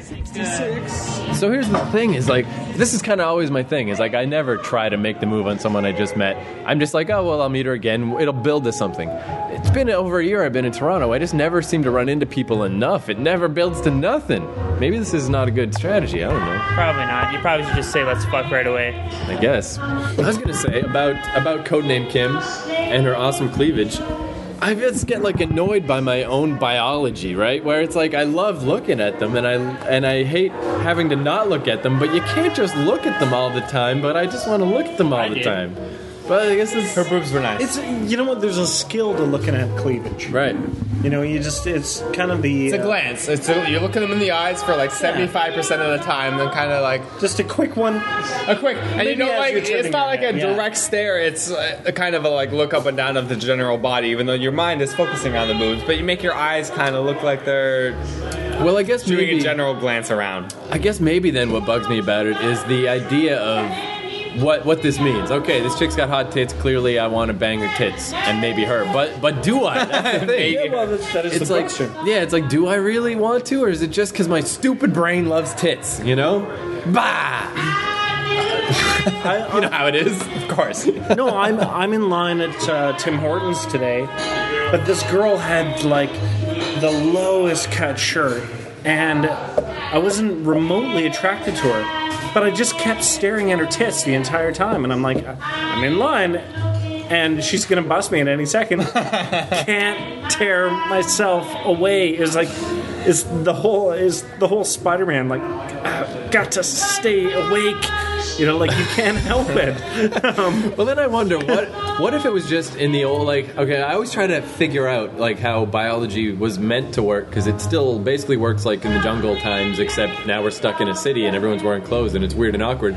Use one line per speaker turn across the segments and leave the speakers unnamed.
six.
So here's the thing: is like this is kind of always my thing. Is like I never try to make the move on someone I just met. I'm just like, oh well, I'll meet her again. It'll build to something. It's been over a year I've been in Toronto. I just never seem to run into people enough. It never builds to nothing. Maybe this is not a good strategy. I don't know.
Probably not. You probably should just say let's fuck right away.
I guess. I was gonna say about about codename Kim and her awesome cleavage. I just get like annoyed by my own biology, right? Where it's like I love looking at them and I and I hate having to not look at them, but you can't just look at them all the time. But I just want to look at them all
I
the
did.
time. But I guess it's
Her boobs were nice.
It's you know what? There's a skill to looking at cleavage.
right.
You know, you just it's kind of the
It's a
uh,
glance. It's a, you look at them in the eyes for like seventy five percent of the time, then kind of like
just a quick one.
a quick. And you
Maybe
know,
as
like
you're turning
it's not
your
like
head,
a
yeah.
direct stare. It's uh, a kind of a like look up and down of the general body, even though your mind is focusing on the boobs. But you make your eyes kind of look like they're
Well, I guess
doing
maybe,
a general glance around.
I guess maybe then what bugs me about it is the idea of what what this means. Okay, this chick's got hot tits. Clearly, I want to bang her tits and maybe her. But but do I? That's the thing.
Yeah, well, that's, that is
it's
the
like
question.
yeah it's like do i really want to or is it just because my stupid brain loves tits you know bah
I,
you know how it is of course
no, I'm I'm in line at uh, Tim Hortons today, but this girl had like the lowest cut shirt, and I wasn't remotely attracted to her, but I just kept staring at her tits the entire time, and I'm like, I'm in line, and she's gonna bust me at any second. Can't tear myself away. It's like. Is the whole is the whole Spider-Man like "I've got to stay awake? You know, like you can't help it. Um,
well then i wonder what what if it was just in the old like okay i always try to figure out like how biology was meant to work because it still basically works like in the jungle times except now we're stuck in a city and everyone's wearing clothes and it's weird and awkward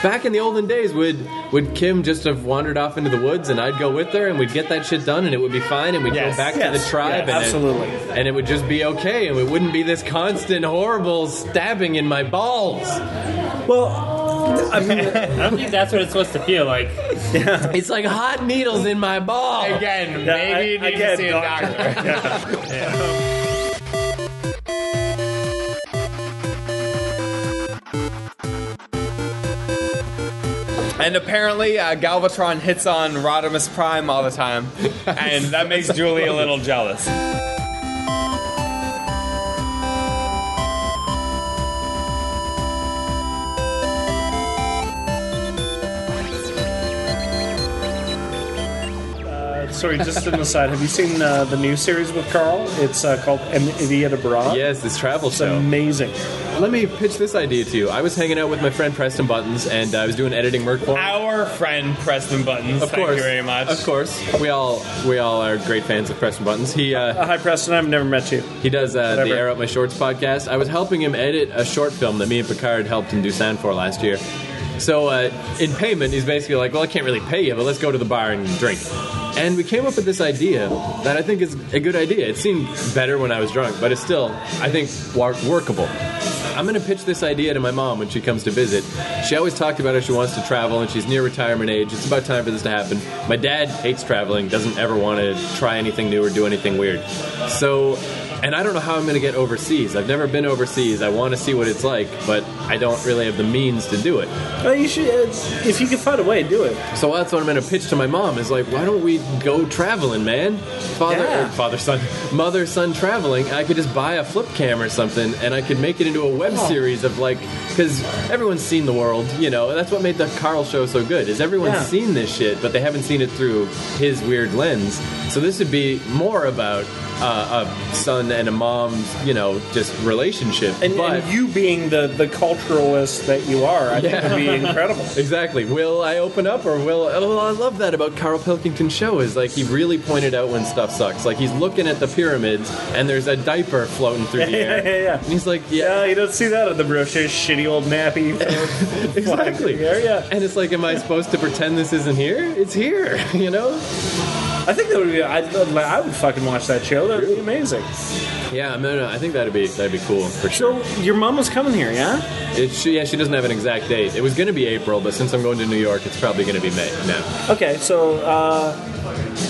Back in the olden days, would would Kim just have wandered off into the woods and I'd go with her and we'd get that shit done and it would be fine and we'd
Yes.
go back to the
Yes.
tribe
Yeah,
and it-
absolutely.
and it would just be okay, and it wouldn't be this constant horrible stabbing in my balls.
Well, I mean,
I don't think that's what it's supposed to feel like.
It's like hot needles in my balls.
Again,
Yeah,
maybe
I-
you need
again,
to see
doctor.
a doctor. And apparently, uh, Galvatron hits on Rodimus Prime all the time, and that makes Julie a little jealous.
uh, sorry, just an aside. Have you seen uh, the new series with Carl? It's uh, called An Idiot Abroad.
Yes, this travel
It's
show.
amazing.
Let me pitch this idea to you. I was hanging out with my friend Preston Buttons, and I was doing editing work for him.
Our friend Preston Buttons,
Of
Ah, thank
course,
you very much.
Of course, we all we all are great fans of Preston Buttons. He uh,
Uh, hi, Preston. I've never met you.
he does uh, the
Whatever.
Air Up My Shorts podcast. I was helping him edit a short film that me and Picard helped him do sound for last year. So uh, in payment, he's basically like, "Well, I can't really pay you, but let's go to the bar and drink." And we came up with this idea that I think is a good idea. It seemed better when I was drunk, but it's still, I think, wor- workable. I'm going to pitch this idea to my mom when she comes to visit. She always talked about how she wants to travel and she's near retirement age. It's about time for this to happen. My dad hates traveling, doesn't ever want to try anything new or do anything weird. So, and I don't know how I'm going to get overseas. I've never been overseas. I want to see what it's like, but I don't really have the means to do it.
Well, Uh, you should. It's, if you can find a way, do it.
So that's what I'm going to pitch to my mom is like, why don't we go traveling, man? Father,
Yeah.
or father, son, mother, son traveling. I could just buy a flip cam or something, and I could make it into a web series of like, because everyone's seen the world, you know. That's what made the Carl show so good. Is everyone's
Yeah.
seen this shit, but they haven't seen it through his weird lens. So this would be more about uh, a son and a mom's, you know, just relationship.
And,
but
and you being the, the culturalist that you are, I think would be incredible.
Exactly. Will I open up or will? Oh, I love that about Carl Pilkington's show is like he really pointed out when stuff sucks. Like he's looking at the pyramids and there's a diaper floating through the
Yeah,
air.
yeah, yeah.
And he's like,
Yeah, Uh,
yeah,
you don't see that in the brochure. Shitty old nappy.
exactly.
Yeah, yeah.
And it's like, am I supposed to pretend this isn't here? It's here, you know?
I think that would be. I'd, I would fucking watch that show. That would be amazing.
Yeah, no, no. I think that'd be that'd be cool for sure.
So your mom was coming here, yeah?
It, she, yeah, she doesn't have an exact date. It was going to be April, but since I'm going to New York, it's probably going to be May now.
Okay, so uh,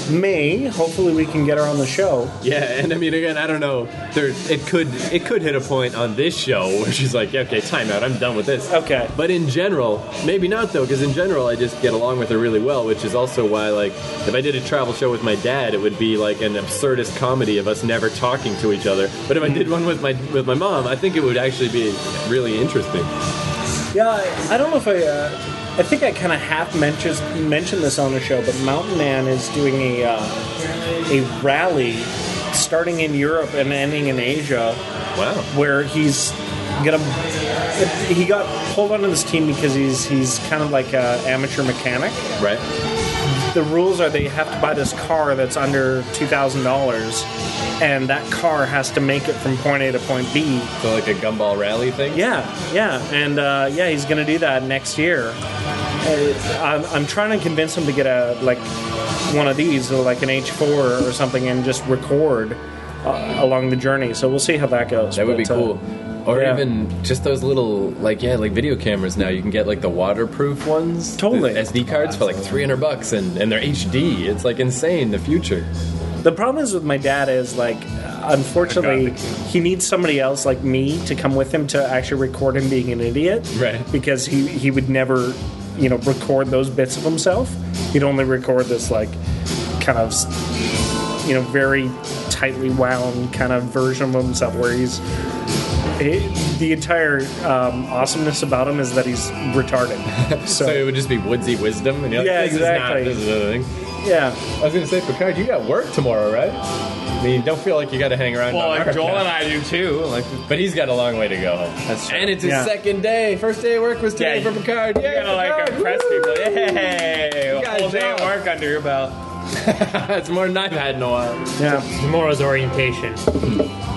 May. Hopefully, we can get her on the show.
Yeah, and I mean, again, I don't know. There, it could it could hit a point on this show where she's like, yeah, "Okay, time out. I'm done with this."
Okay.
But in general, maybe not though, because in general, I just get along with her really well, which is also why, like, if I did a travel show with my dad, it would be like an absurdist comedy of us never talking to each other. But if I did one with my with my mom, I think it would actually be really interesting.
Yeah, I, I don't know if I. Uh, I think I kind of half mentions, mentioned this on the show, but Mountain Man is doing a uh, a rally starting in Europe and ending in Asia,
Wow.
where he's gonna. He got pulled onto this team because he's he's kind of like an amateur mechanic.
Right.
The rules are that you have to buy this car that's under two thousand dollars, and that car has to make it from point A to point B.
So like a gumball rally thing.
Yeah, yeah, and uh, yeah, he's gonna do that next year. Uh, I'm, I'm trying to convince him to get a like one of these, or like an H4 or something, and just record uh, along the journey. So we'll see how that goes.
That would be
But, uh,
cool. Or
yeah.
even just those little, like yeah, like video cameras now. You can get like the waterproof ones,
Totally.
the SD cards for like three hundred bucks, and and they're HD. It's like insane. The future.
The problem is with my dad is like, unfortunately, he needs somebody else like me to come with him to actually record him being an idiot.
Right.
Because he he would never, you know, record those bits of himself. He'd only record this like, kind of, you know, very tightly wound kind of version of himself where he's. he- the entire um, awesomeness about him is that he's retarded. So,
So, it would just be woodsy wisdom. And you're like,
Yeah,
this
exactly.
Is not, this is a thing.
yeah,
I was gonna say, Picard, you got work tomorrow, right? I mean, don't feel like you got to hang around.
Well,
on
like
our
Joel
account.
and I do too. Like,
But he's got a long way to go.
That's true.
And it's his
Yeah.
second day. First day of work was today
Yeah,
for Picard.
you're
Yeah,
gonna like impress people. Yay!
Guys,
A whole day at
yeah.
work under your belt.
it's more than I've had in a while.
yeah.
Tomorrow's orientation.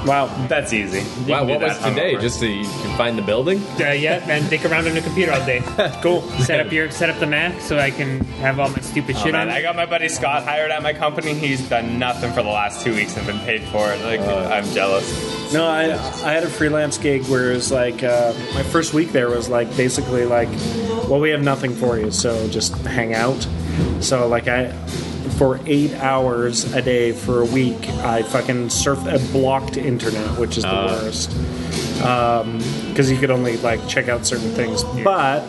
Wow.
That's easy. You can
Wow,
do
what
that
was today?
hungover.
Just so you can find the building?
Uh, yeah, man, dick around on the computer all day.
Cool.
Set up your set up the Mac so I can have all my stupid
Oh,
shit
man,
on.
I
it.
got my buddy Scott hired at my company. He's done nothing for the last two weeks and been paid for it. Like,
Uh.
I'm jealous.
No, I, I had a freelance gig where it was like uh, my first week there was like basically like, well, we have nothing for you, so just hang out. So like I, for eight hours a day for a week, I fucking surfed a blocked internet, which is the worst, because you could only like check out certain things, but.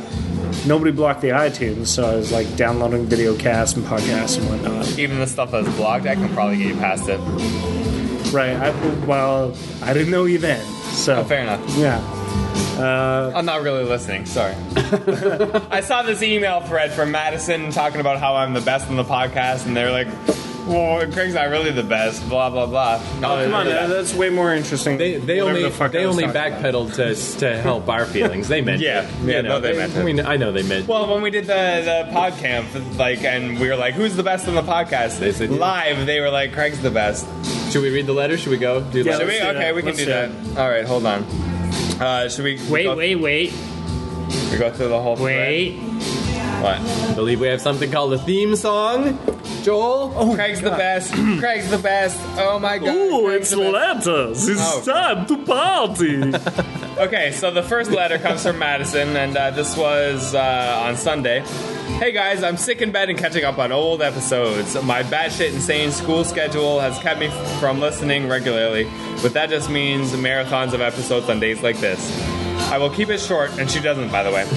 Nobody blocked the iTunes, so I was like downloading video casts and podcasts and whatnot.
Even the stuff that's blocked, I can probably get you past it.
Right. I, well, I didn't know you then, so
Oh, Fair enough.
yeah.
I'm not really listening. Sorry. I saw this email thread from Madison talking about how I'm the best in the podcast, and they're like, "Well, Craig's not really the best." Blah blah blah. No,
Come on,
yeah.
that- that's way more interesting.
They, they
Whatever
only
the fuck
they
I was
only
talking about.
backpedaled to to help our feelings. They meant
Yeah.
it.
Yeah, no, they meant
I
it.
mean, I know they meant.
Well, when we did the the pod camp, like, and we were like, "Who's the best in the podcast?"
They said you.
live. They were like, "Craig's the best."
should we read the letter? Should we go? Do
Yeah,
letters?
Should
let's
we?
do
Okay,
that.
we can
Let's
do
do
that. All right, hold on. Uh, should we?
wait,
go,
wait, wait,
We go through the whole. thread?
wait.
What?
I believe we have something called a theme song. Joel. Oh,
Craig's the best. Craig's the best. Oh my god. Craig's the best.
letters. It's
Oh.
time to party.
Okay, so the first letter comes from Madison, and uh, this was uh, on Sunday. Hey guys, I'm sick in bed and catching up on old episodes. My batshit insane school schedule has kept me from listening regularly, but that just means marathons of episodes on days like this. I will keep it short, and she doesn't, by the way.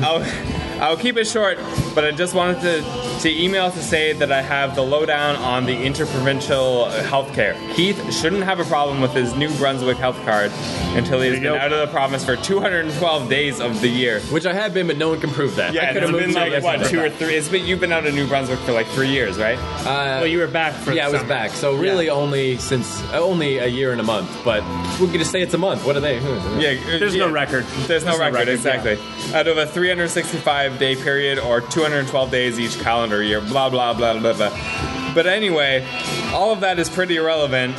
I'll, I'll keep it short, but I just wanted to, to email to say that I have the lowdown on the interprovincial healthcare. Keith shouldn't have a problem with his New Brunswick health card until he's been
go.
out of the province for 212 days of the year.
which I have been, but no one can prove that. I
Yeah,
could
it's
have
been
moved
like
here
what two or
yesterday.
three? It's been you've been out of New Brunswick for like three years, right?
Well, you were back for
Yeah, I
the
was
summer.
back. So really, only since uh, only a year and a month, but we could just say it's a month. What are they?
Yeah, uh,
There's
yeah.
no record.
There's no record, exactly. Out of a 365 day period or 212 days each calendar year, blah, blah, blah, blah, blah. But anyway, all of that is pretty irrelevant.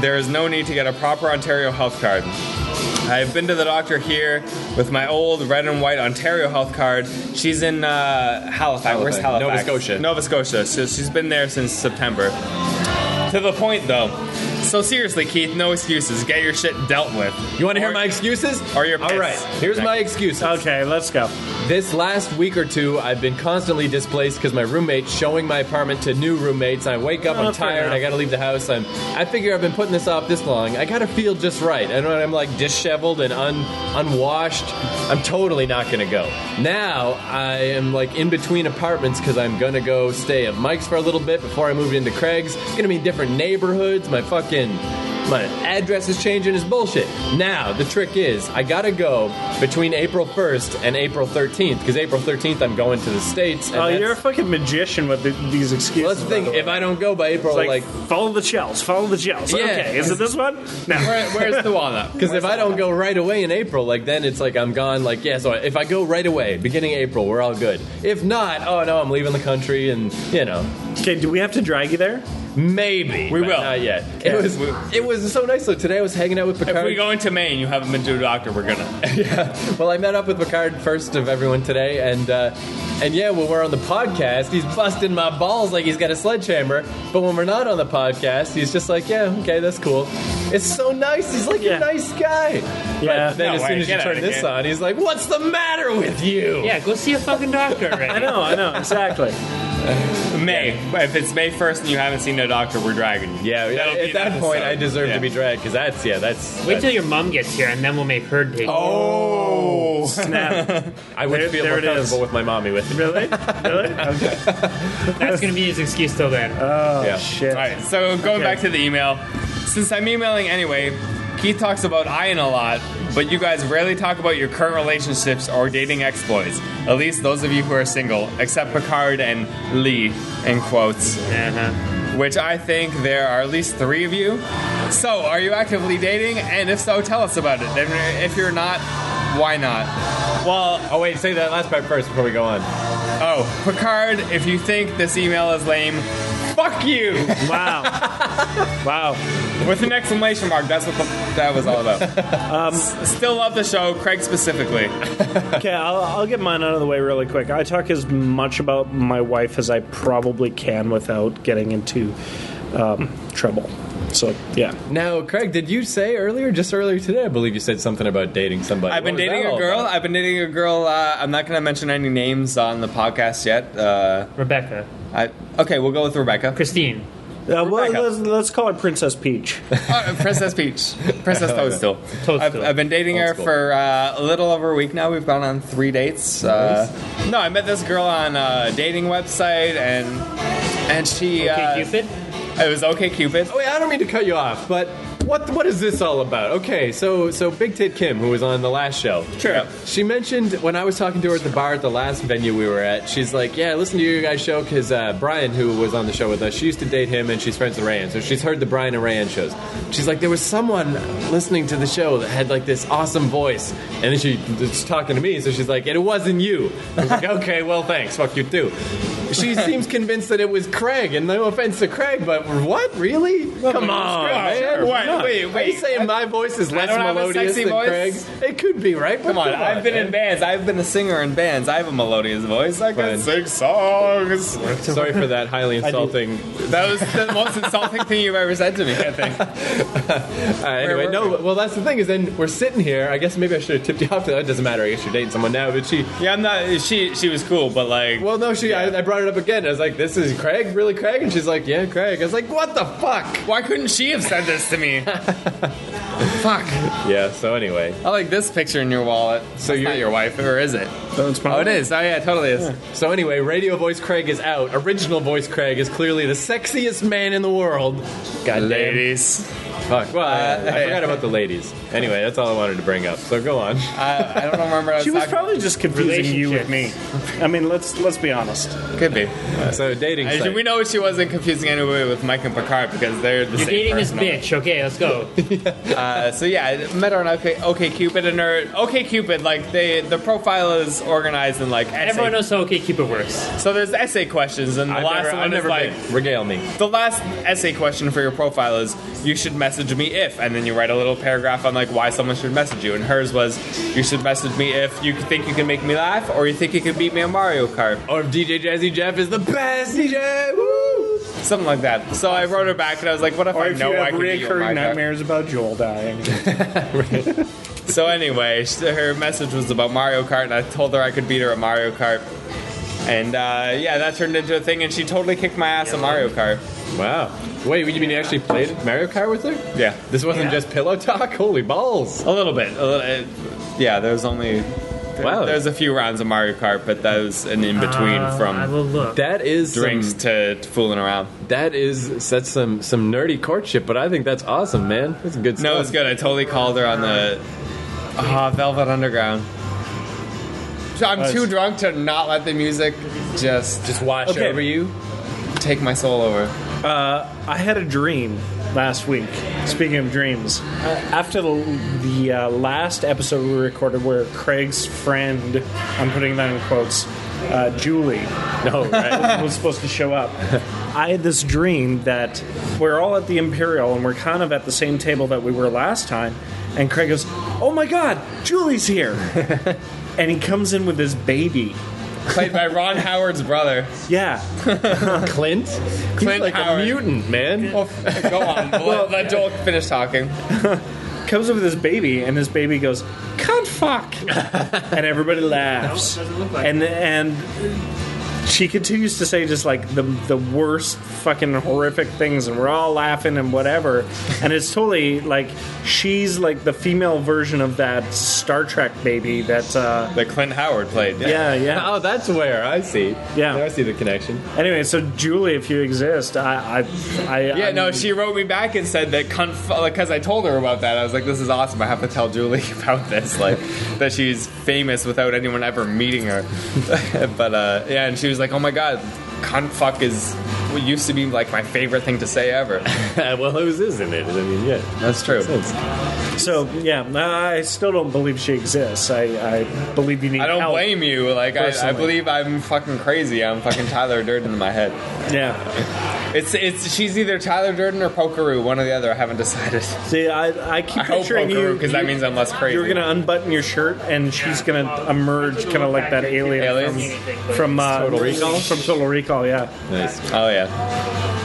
There is no need to get a proper Ontario health card. I've been to the doctor here with my old red and white Ontario health card. She's in uh, Halifax. Where's
Halifax.
Halifax?
Nova Scotia.
Nova Scotia. So she's been there since September. To the point, though. So seriously, Keith, no excuses. Get your shit dealt with.
You want to
Or-
hear my excuses?
or you're
All right.
pissed.
Here's my excuses.
Okay, let's go.
This last week or two, I've been constantly displaced because my roommate's showing my apartment to new roommates. I wake up,
Oh,
I'm
fair
tired,
enough.
I gotta leave the house. I'm, I figure I've been putting this off this long. I gotta feel just right. I know I'm like disheveled and un, unwashed. I'm totally not gonna go. Now I am like in between apartments because I'm gonna go stay at Mike's for a little bit before I move into Craig's. Gonna be in different neighborhoods. My fucking my address is changing is bullshit. Now, the trick is, I gotta go between April 1st and April 13th, because April 13th I'm going to the States. And
Oh, you're a
that's-
fucking magician with the, these excuses.
well, that's the
by
thing,
the way.
if I don't go by April,
like,
like,
follow the shells, follow the shells.
Yeah.
Okay, is it this one? No.
Where, where's the walnut?
because if I don't go right away in April, like, then it's like I'm gone, like, yeah, so if I go right away, beginning April, we're all good. If not, oh no, I'm leaving the country, and, you know,
Okay, do we have to drag you there?
maybe.
We
but
will.
Not yet. It was,
we-
it was so nice, though. Today I was hanging out with Picard.
If we go into Maine, you haven't been to a doctor. We're gonna.
Well, I met up with Picard first of everyone today, and uh, and yeah, when we're on the podcast, he's busting my balls like he's got a sledgehammer. But when we're not on the podcast, he's just like, yeah, okay, that's cool. It's so nice. He's like
Yeah.
a nice guy.
Yeah.
But then
No
as
way.
soon as you
Get
turn
outta
this
here.
on, he's like, what's the matter with you?
Yeah, go see a fucking doctor. Right?
I know, I know, exactly.
May. If it's May first and you haven't seen a doctor, we're dragging you.
Yeah,
That'll be
at
an
that point,
episode.
I deserve
Yeah.
to be dragged because that's yeah, that's.
Wait till
that's-
your mom gets here, and then we'll make her take. Oh.
Oh,
Snap.
I would
There-
feel
there
more
it is.
comfortable with my mommy with it.
Really? Really? Okay.
That's gonna be his excuse till then.
Oh,
Yeah.
shit.
All right. So going
Okay.
back to the email, since I'm emailing anyway, Keith talks about Ian a lot, but you guys rarely talk about your current relationships or dating exploits. At least those of you who are single, except Picard and Lee, in quotes.
Uh-huh.
which I think there are at least three of you. So, are you actively dating? And if so, tell us about it. And if you're not, why not?
Well, oh wait, say that last part first before we go on.
Oh, Picard, if you think this email is lame, fuck you!
Wow. wow.
With an exclamation mark. That's what the, that was all about.
Um,
S- Still love the show, Craig specifically.
Okay, I'll, I'll get mine out of the way really quick. I talk as much about my wife as I probably can without getting into um, trouble. So, yeah.
Now, Craig, did you say earlier, just earlier today, I believe you said something about dating somebody?
I've been
What was
dating
that
a
all
girl.
about?
I've been dating a girl. Uh, I'm not going to mention any names on the podcast yet. Uh,
Rebecca,
I, okay, we'll go with Rebecca.
Christine.
Uh, well,
Rebecca.
let's, let's call her Princess Peach.
Uh, Princess Peach. Princess Toadstool.
Toadstool.
I've, I've been dating her
Toadstool.
for uh, a little over a week now. We've gone on three dates. Uh, No, I met this girl on a dating website, and and she.
Okay,
uh,
Cupid.
It was OK Cupid.
Oh, Wait, I don't mean to cut you off, but what what is this all about? Okay, so so Big Tit Kim, who was on the last show,
Sure.
she mentioned when I was talking to her at the bar at the last venue we were at, she's like, "Yeah, I listened to your guys' show because uh, Brian, who was on the show with us, she used to date him, and she's friends with Rayan, so she's heard the Brian and Rayan shows." She's like, "There was someone listening to the show that had like this awesome voice," and then she, she's talking to me, so she's like, "And "It wasn't you." I was like, "Okay, well, thanks, fuck you too." She seems convinced that it was Craig, and no offense to Craig, but what really? Come on, man.
Sure, why not? Wait,
Are you
wait.
saying my voice is less
don't have a
melodious
sexy
than
voice.
Craig's? It could be, right? But
Come on, I've been
man.
in bands. I've been a singer in bands. I have a melodious voice. I
Fine.
can sing songs.
Sorry for that highly insulting.
That was the most insulting thing you've ever said to me. I think.
Uh, anyway,
were
no. Well, that's the thing is, then we're sitting here. I guess maybe I should have tipped you off. To that. It doesn't matter. I guess you're dating someone now. But she,
Yeah, I'm not. She she was cool, but like.
well, no, she. I, I brought it up again. I was like, "This is Craig, really Craig?" And she's like, "Yeah, Craig." I was like, "What the fuck?"
Why couldn't she have said this to me? Fuck.
Yeah. So anyway,
I like this picture in your wallet. So
you're-
not your wife, or is it?
That's my
Oh, it is. Oh, yeah, it totally is.
so anyway, radio voice Craig is out. Original voice Craig is clearly the sexiest man in the world. God damn.
Ladies,
Fuck. Well, I, I
Uh, hey.
forgot about the ladies. Anyway, that's all I wanted to bring up. So go on.
I, I don't remember. What I was
She was
talking-
probably just confusing you with me. I mean, let's let's be honest.
could be.
So dating.
And
site.
we know she wasn't confusing anyway with Mike and Picard because they're the
You're
same
dating this
person.
bitch. Okay, let's go.
Uh, so yeah, I met her on OK, OK Cupid and her OK Cupid. Like they, the profile is organized in like essay.
Everyone knows how Okay Cupid works.
So there's essay questions, and the
I've
last
never,
one
I've
is
never
like.
been. Regale me.
The last essay question for your profile is you should message me if, and then you write a little paragraph on like why someone should message you. And hers was you should message me if you think you can make me laugh or you think you can beat me on Mario Kart.
Or if DJ Jazzy Jeff is the best DJ. Woo!
something like that. So I wrote her back, and I was like, "What if
Or
I
if
know
you
I
have
can be your
reoccurring
mind doctor?
nightmares about Joel dying.
So anyway, sh- her message was about Mario Kart, and I told her I could beat her at Mario Kart. And uh, yeah, that turned into a thing, and she totally kicked my ass at Mario Kart.
Wow. Wait, you mean you actually played Mario Kart with her?
Yeah,
This wasn't just pillow talk? Holy balls.
a little bit. A little, it, yeah, there was only there,
Wow.
there was a few rounds of Mario Kart, but that was an in between
Uh, I
from
will look.
That is some-
drinks to, to fooling around.
that is that's some some nerdy courtship, but I think that's awesome, man. That's good stuff.
No, it's good. I totally called her on the ah Velvet Underground. So I'm too drunk to not let the music just just
Just wash
Okay.
over you.
take my soul over.
Uh, I had a dream last week. Speaking of dreams, uh, after the, the uh, last episode we recorded, where Craig's friend, I'm putting that in quotes, uh, Julie,
No, right.
was supposed to show up. I had this dream that we're all at the Imperial and we're kind of at the same table that we were last time. And Craig goes, Oh my God, Julie's here. and he comes in with his baby.
Played by Ron Howard's brother.
Yeah.
Clint. Clint like
Howard.
a mutant, man.
Well, f- go on. Let, let Joel finish talking.
Comes in with his baby, and his baby goes, Cunt fuck. and everybody laughs.
Doesn't look like
and and she continues to say just like the the worst fucking horrific things and we're all laughing and whatever and it's totally like she's like the female version of that Star Trek baby that uh
That Clint Howard played.
yeah yeah
Oh, that's where I see.
Yeah.
Now I see the connection.
anyway so Julie if you exist I I, I
Yeah, no,
I'm-
she wrote me back and said that because I told her about that. I was like, "This is awesome. I have to tell Julie about this, like that she's famous without anyone ever meeting her." but uh, yeah, and she was like, "Oh my god, cunt fuck is what used to be like my favorite thing to say ever."
well, whose isn't it? I mean, yeah.
That's true.
Sense.
so yeah I still don't believe she exists I, I believe you need
I don't
help.
blame you. Like I, I
Personally.
believe I'm fucking crazy. I'm fucking Tyler Durden in my head.
yeah
It's it's she's either Tyler Durden or Pokeroo, one or the other. I haven't decided.
see I I
I
keep
hope
picturing
Pokeroo
you
because that
you-
means I'm less crazy.
You're gonna unbutton your shirt, and she's gonna emerge, kind of like that alien
Aliens?
from from uh,
Total Recall?
From Total Recall, yeah.
Nice.
Oh yeah,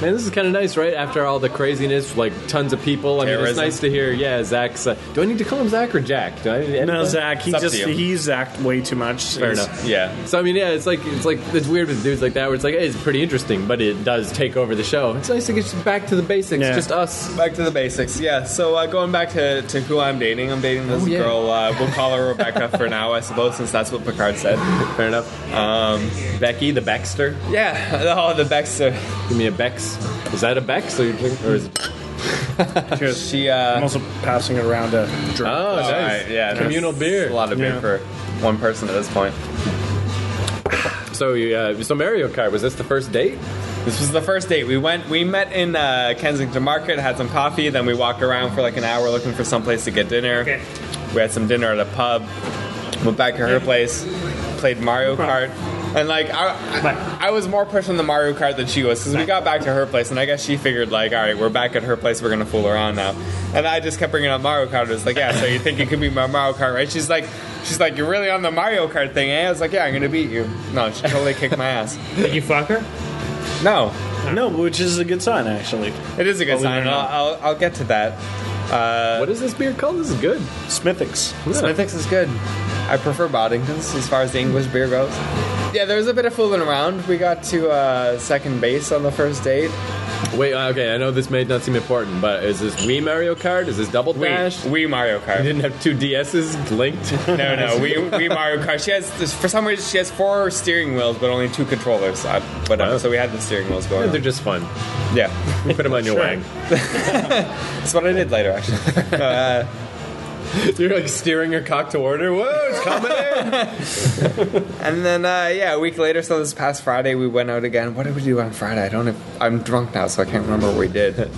Man, this is kind of nice, right? After all the craziness, like tons of people. I mean, it's
Terrorism.
nice to hear. Yeah, Zach's. Uh, do I need to call him Zach or Jack? Do I?
No, Zach, he
It's up
just
to you.
he zacked way too much.
Fair
He's-
enough.
yeah.
So I mean, yeah, it's like it's like it's weird with dudes like that, where it's like hey, it's pretty interesting, but it does take over the show. It's nice to get back to the basics,
Yeah.
just us.
Back to the basics, yeah. So uh, going back to, to who I'm dating, I'm dating this
Oh, yeah.
girl. Uh, we'll call her Rebecca for now, I suppose, since that's what Picard said.
Fair enough.
Um,
Becky, the Baxter.
yeah, oh, the Baxter.
Give me a Bex. Is that a Bex? Or, you drink- or is it?
Oh,
Cheers.
She,
I'm
uh,
also passing it around a
Oh,
drink.
nice.
alright, yeah, that's
Communal beer.
A lot of beer
Yeah.
for one person at this point.
So, you, uh, so Mario Kart was this the first date?
This was the first date. We went, we met in uh, Kensington Market, had some coffee, then we walked around for like an hour looking for someplace to get dinner.
Okay.
We had some dinner at a pub. Went back to her place, played Mario Kart, and like I,
Bye.
I, I was more pushing the Mario Kart than she was because we got back to her place, and I guess she figured like, all right, we're back at her place, we're gonna fool around now. And I just kept bringing up Mario Kart. It was like, yeah, so you think you could beat my Mario Kart, right? She's like, she's like, you're really on the Mario Kart thing, eh? I was like, yeah, I'm gonna beat you. No, she totally kicked my ass.
Did you fuck her?
No,
No, which is a good sign actually.
it is a good
Believe it
sign.
or
I'll,
not.
I'll, I'll get to that. Uh,
What is this beer called? This is good.
Smithix.
Yeah.
Smithix is good. I prefer Boddington's as far as the English beer goes. Yeah, there was a bit of fooling around. We got to uh, second base on the first date.
Wait, uh, okay, I know this may not seem important, but is this Wii Mario Kart? Is this Double Dash?
we Mario
I
Kart.
didn't have two DSs linked.
No, no, we, we Mario Kart. She has this, for some reason she has four steering wheels, but only two controllers. Uh, whatever.
Wow.
So we had the steering wheels going.
They're
on.
just fun.
Yeah.
You put them on your
Sure.
wang.
That's what I did later, actually.
You're like steering your cock toward her. Whoa, it's coming in.
And then, uh, yeah, a week later, so this past Friday, we went out again. What did we do on Friday? I don't. Have, I'm drunk now, so I can't remember what we did.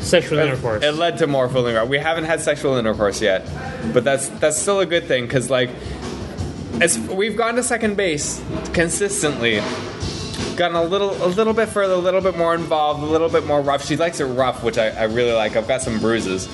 Sexual intercourse.
It led to more fooling around. We haven't had sexual intercourse yet, but that's that's still a good thing because like, as we've gone to second base consistently, gotten a little a little bit further, a little bit more involved, a little bit more rough. She likes it rough, which I, I really like. I've got some bruises.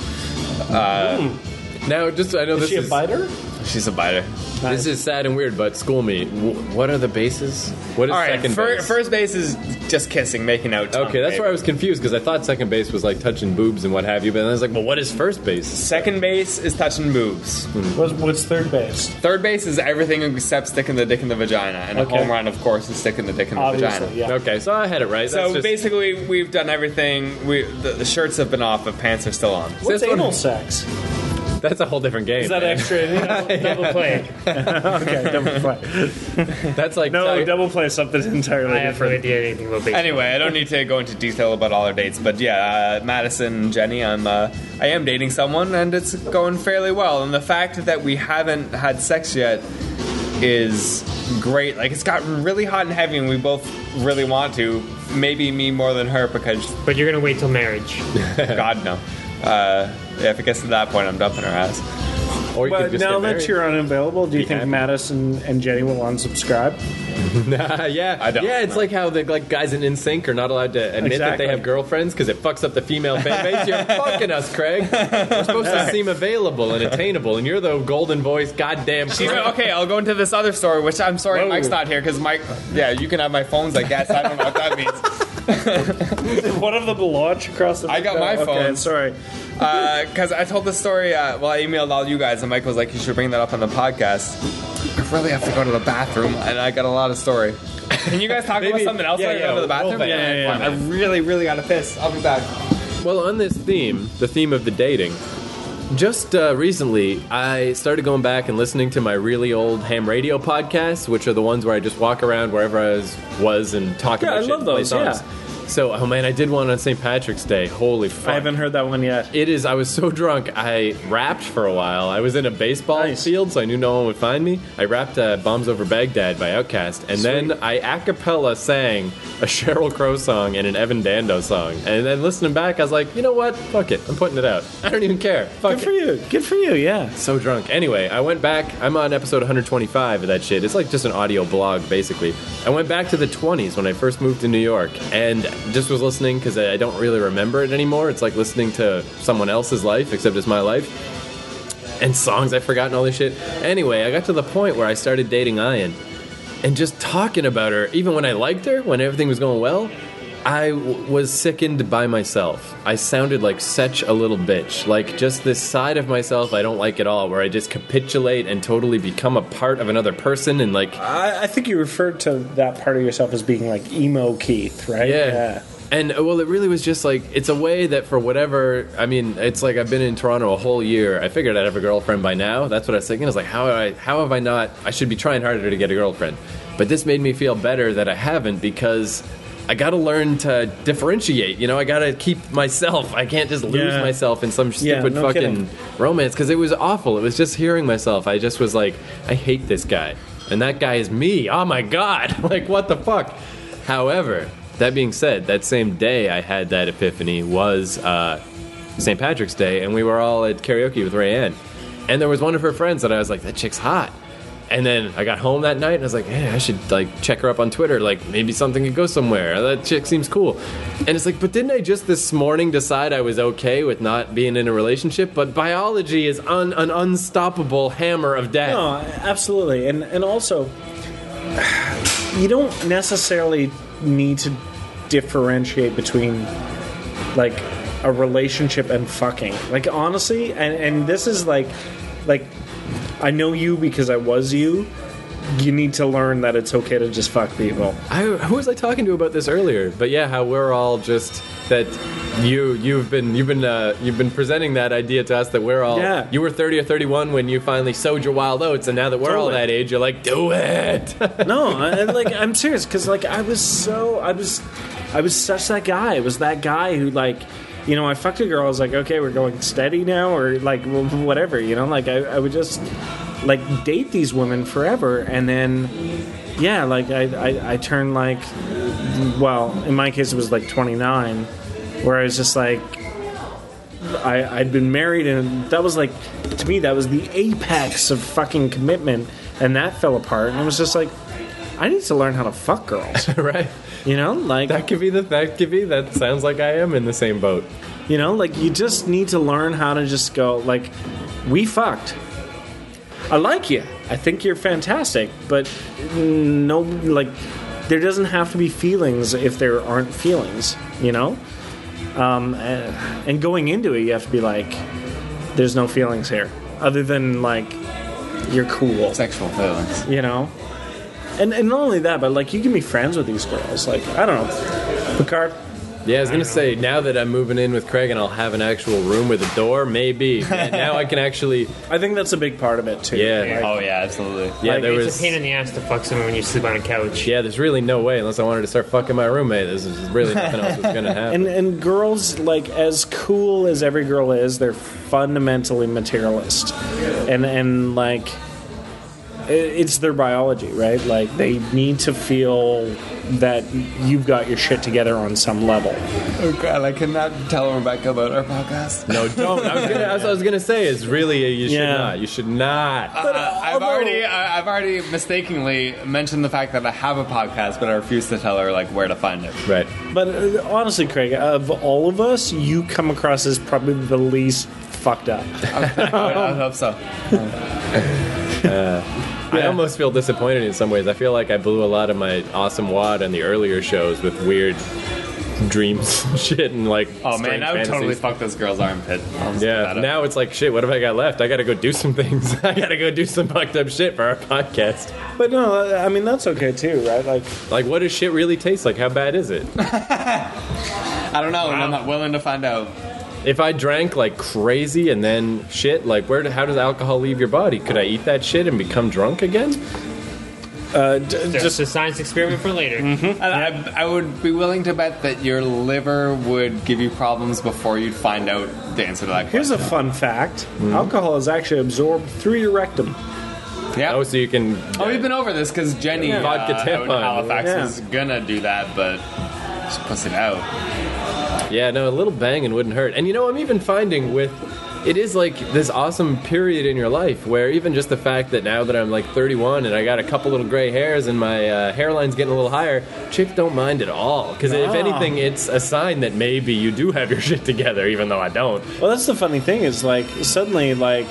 Now, just I know
Is
this
she a
is
biter?
She's a biter.
This is sad and weird, but school me. Wh- What are the bases? What is
All right,
second
fir-
base?
first base is just kissing, making out. tongue,
okay, that's
baby.
where I was confused because I thought second base was like touching boobs and what have you, but then I was like, well, what is first base?
Second base is touching boobs.
What's, what's third base?
Third base is everything except sticking the dick in the vagina, and
Okay.
a home run, of course, is sticking the dick in the vagina.
Obviously, yeah.
Okay, so I had it right.
So
that's just,
basically, we've done everything. We the, the shirts have been off, but pants are still on.
What's
That's what-
anal sex?
that's a whole different game.
Is that
man.
extra?
Double play.
okay, double play.
that's like
No,
sorry.
double play something entirely
I have no
different.
idea anything about baseball.
Anyway, I don't need to go into detail about all our dates, but yeah, uh, Madison, Jenny, I'm uh, I am dating someone, and it's going fairly well. And the fact that we haven't had sex yet is great. Like it's gotten really hot and heavy, and we both really want to. Maybe me more than her because
But you're gonna wait till marriage.
God no. Uh, yeah, if it gets to that point, I'm dumping her ass.
or you
But
could just
now
get
that
married.
you're unavailable, do you think
happy.
Madison and Jenny will unsubscribe?
Nah, yeah,
I don't
yeah, it's
know.
like how the like guys in NSYNC are not allowed to admit that
Exactly.
they have girlfriends because it fucks up the female fan base. You're fucking us, Craig. We're supposed to seem available and attainable, and you're the golden voice, goddamn.
She's
Craig.
like, okay, I'll go into this other story, which I'm sorry
Whoa.
Mike's not here because Mike, yeah, you can have my phones, I guess. I don't know what that means.
One of them will launch across the. Oh,
I got my
okay,
phone.
Sorry.
Because Uh, I told the story, uh, well, I emailed all you guys, and Mike was like, you should bring that up on the podcast. I really have to go to the bathroom, and I got a lot of story. Can you guys talk about
Maybe-
something else
yeah,
while I
yeah,
go to the bathroom?
we'll-
yeah, yeah, yeah.
I really, really got to piss. I'll be back.
Well, on this theme, the theme of the dating, just uh, recently I started going back and listening to my really old ham radio podcasts, which are the ones where I just walk around wherever I was, was and talk
Yeah,
about
I
shit
love
and play
those,
songs. So, oh man, I did one on St. Patrick's Day. Holy fuck.
I haven't heard that one yet.
It is. I was so drunk. I rapped for a while. I was in a baseball
Nice.
field, so I knew no one would find me. I rapped uh, "Bombs Over Baghdad" by Outkast, and then I a cappella sang a Cheryl Crow song and an Evan Dando song. And then listening back, I was like, you know what? Fuck it. I'm putting it out. I don't even care. Fuck
Good
it.
for you. Good for you. Yeah.
So drunk. Anyway, I went back. I'm on episode 125 of that shit. It's like just an audio blog, basically. I went back to the 20s when I first moved to New York and just was listening because I I don't really remember it anymore. It's like listening to someone else's life, except it's my life. And songs I've forgotten, all this shit. Anyway, I got to the point where I started dating Ian and just talking about her, even when I liked her, when everything was going well, I w- was sickened by myself. I sounded like such a little bitch. Like, just this side of myself I don't like at all, where I just capitulate and totally become a part of another person and, like,
I, I think you referred to that part of yourself as being like emo Keith, right?
Yeah. And uh, well, it really was just like it's a way that for whatever I mean, it's like I've been in Toronto a whole year. I figured I'd have a girlfriend by now. That's what I was thinking. I was like, how have I how have I not? I should be trying harder to get a girlfriend. But this made me feel better that I haven't because I got to learn to differentiate. You know, I got to keep myself. I can't just lose
Yeah.
myself in some
Yeah,
stupid
no
fucking
kidding.
romance because it was awful. It was just hearing myself. I just was like, I hate this guy, and that guy is me. Oh my god! like what the fuck? However, that being said, that same day I had that epiphany was uh, St. Patrick's Day, and we were all at karaoke with Rayanne, and there was one of her friends that I was like, that chick's hot. And then I got home that night and I was like, hey, I should like check her up on Twitter. Like maybe something could go somewhere. That chick seems cool. And it's like, but didn't I just this morning decide I was okay with not being in a relationship? But biology is un- an unstoppable hammer of death.
No, absolutely, and and also, you don't necessarily need to differentiate between like a relationship and fucking. Like honestly, and and this is like, like, I know you because I was you. You need to learn that it's okay to just fuck people.
I, who was I talking to about this earlier? But yeah, how we're all just that you you've been you've been uh, you've been presenting that idea to us that we're all
Yeah.
you were 30 or 31 when you finally sowed your wild oats and now that we're all
Totally.
that age you're like do it.
no, I, I- like I'm serious because like I was so I was I was such that guy. I was that guy who like you know I fucked a girl. I was like, okay, we're going steady now, or like w- whatever. You know, like I, I would just like date these women forever, and then yeah, like I I, I turned like well in my case it was like 29, where I was just like. I, I'd been married, and that was like, to me, that was the apex of fucking commitment, and that fell apart. And I was just like, I need to learn how to fuck girls.
right?
You know, like
That could be the that could be that sounds like I am in the same boat.
you know, like you just need to learn how to just go like, we fucked. I like you. I think you're fantastic, but no, like, there doesn't have to be feelings if there aren't feelings, you know? Um, uh, and going into it, you have to be like, there's no feelings here, other than, like, you're cool,
Sexual feelings.
you know? And, and not only that, but, like, you can be friends with these girls. Like, I don't know. Picard,
Yeah, I was gonna say now that I'm moving in with Craig and I'll have an actual room with a door, maybe Yeah, now I can actually.
I think that's a big part of it, too.
Yeah,
Oh yeah, absolutely.
yeah,
Like,
there
it's
was.
a pain in the ass to fuck someone when you sleep on a couch.
Yeah, there's really no way unless I wanted to start fucking my roommate. There's just really nothing else that's gonna happen.
And and girls like as cool as every girl is, they're fundamentally materialist, and and like i- it's their biology, right? Like they need to feel that you've got your shit together on some level.
Oh god, I cannot tell Rebecca about our podcast.
no, don't. I was gonna, that's what I was gonna say is really uh, you should
Yeah.
not. You should not.
Uh, I've already, I- I've already mistakenly mentioned the fact that I have a podcast, but I refuse to tell her like where to find it.
Right.
But uh, honestly, Craig, of all of us, you come across as probably the least fucked up.
I hope so.
I almost feel disappointed in some ways. I feel like I blew a lot of my awesome wad on the earlier shows with weird dreams shit and like.
Oh man,
strange
I would totally
fantasies.
fuck this girl's armpit. I'll just
Yeah,
put that up.
now it's like shit. What have I got left? I got to go do some things. I got to go do some fucked up shit for our podcast.
But no, I mean that's okay too, right? Like
Like, what does shit really taste like? How bad is it?
I don't know, and I'm not willing to find out.
If I drank like crazy and then shit, like, where? Do, how does alcohol leave your body? Could I eat that shit and become drunk again?
uh, d-
Just,
just
a science experiment for later.
Mm-hmm. And I, I would be willing to bet that your liver would give you problems before you'd find out the answer to that
here's
question.
a fun fact: alcohol is actually absorbed through your rectum.
yeah.
Oh, so you can.
Oh, we've been over this because Jenny
Yeah.
uh,
Vodka
out in
tampon.
Halifax
Yeah.
is gonna do that, but she puts it out.
Yeah, no, a little banging wouldn't hurt. And you know, I'm even finding with it is like this awesome period in your life where even just the fact that now that I'm like 31 and I got a couple little gray hairs and my uh, hairline's getting a little higher, chicks don't mind at all. Because if anything, it's a sign that maybe you do have your shit together, even though I don't.
Well, that's the funny thing is like suddenly like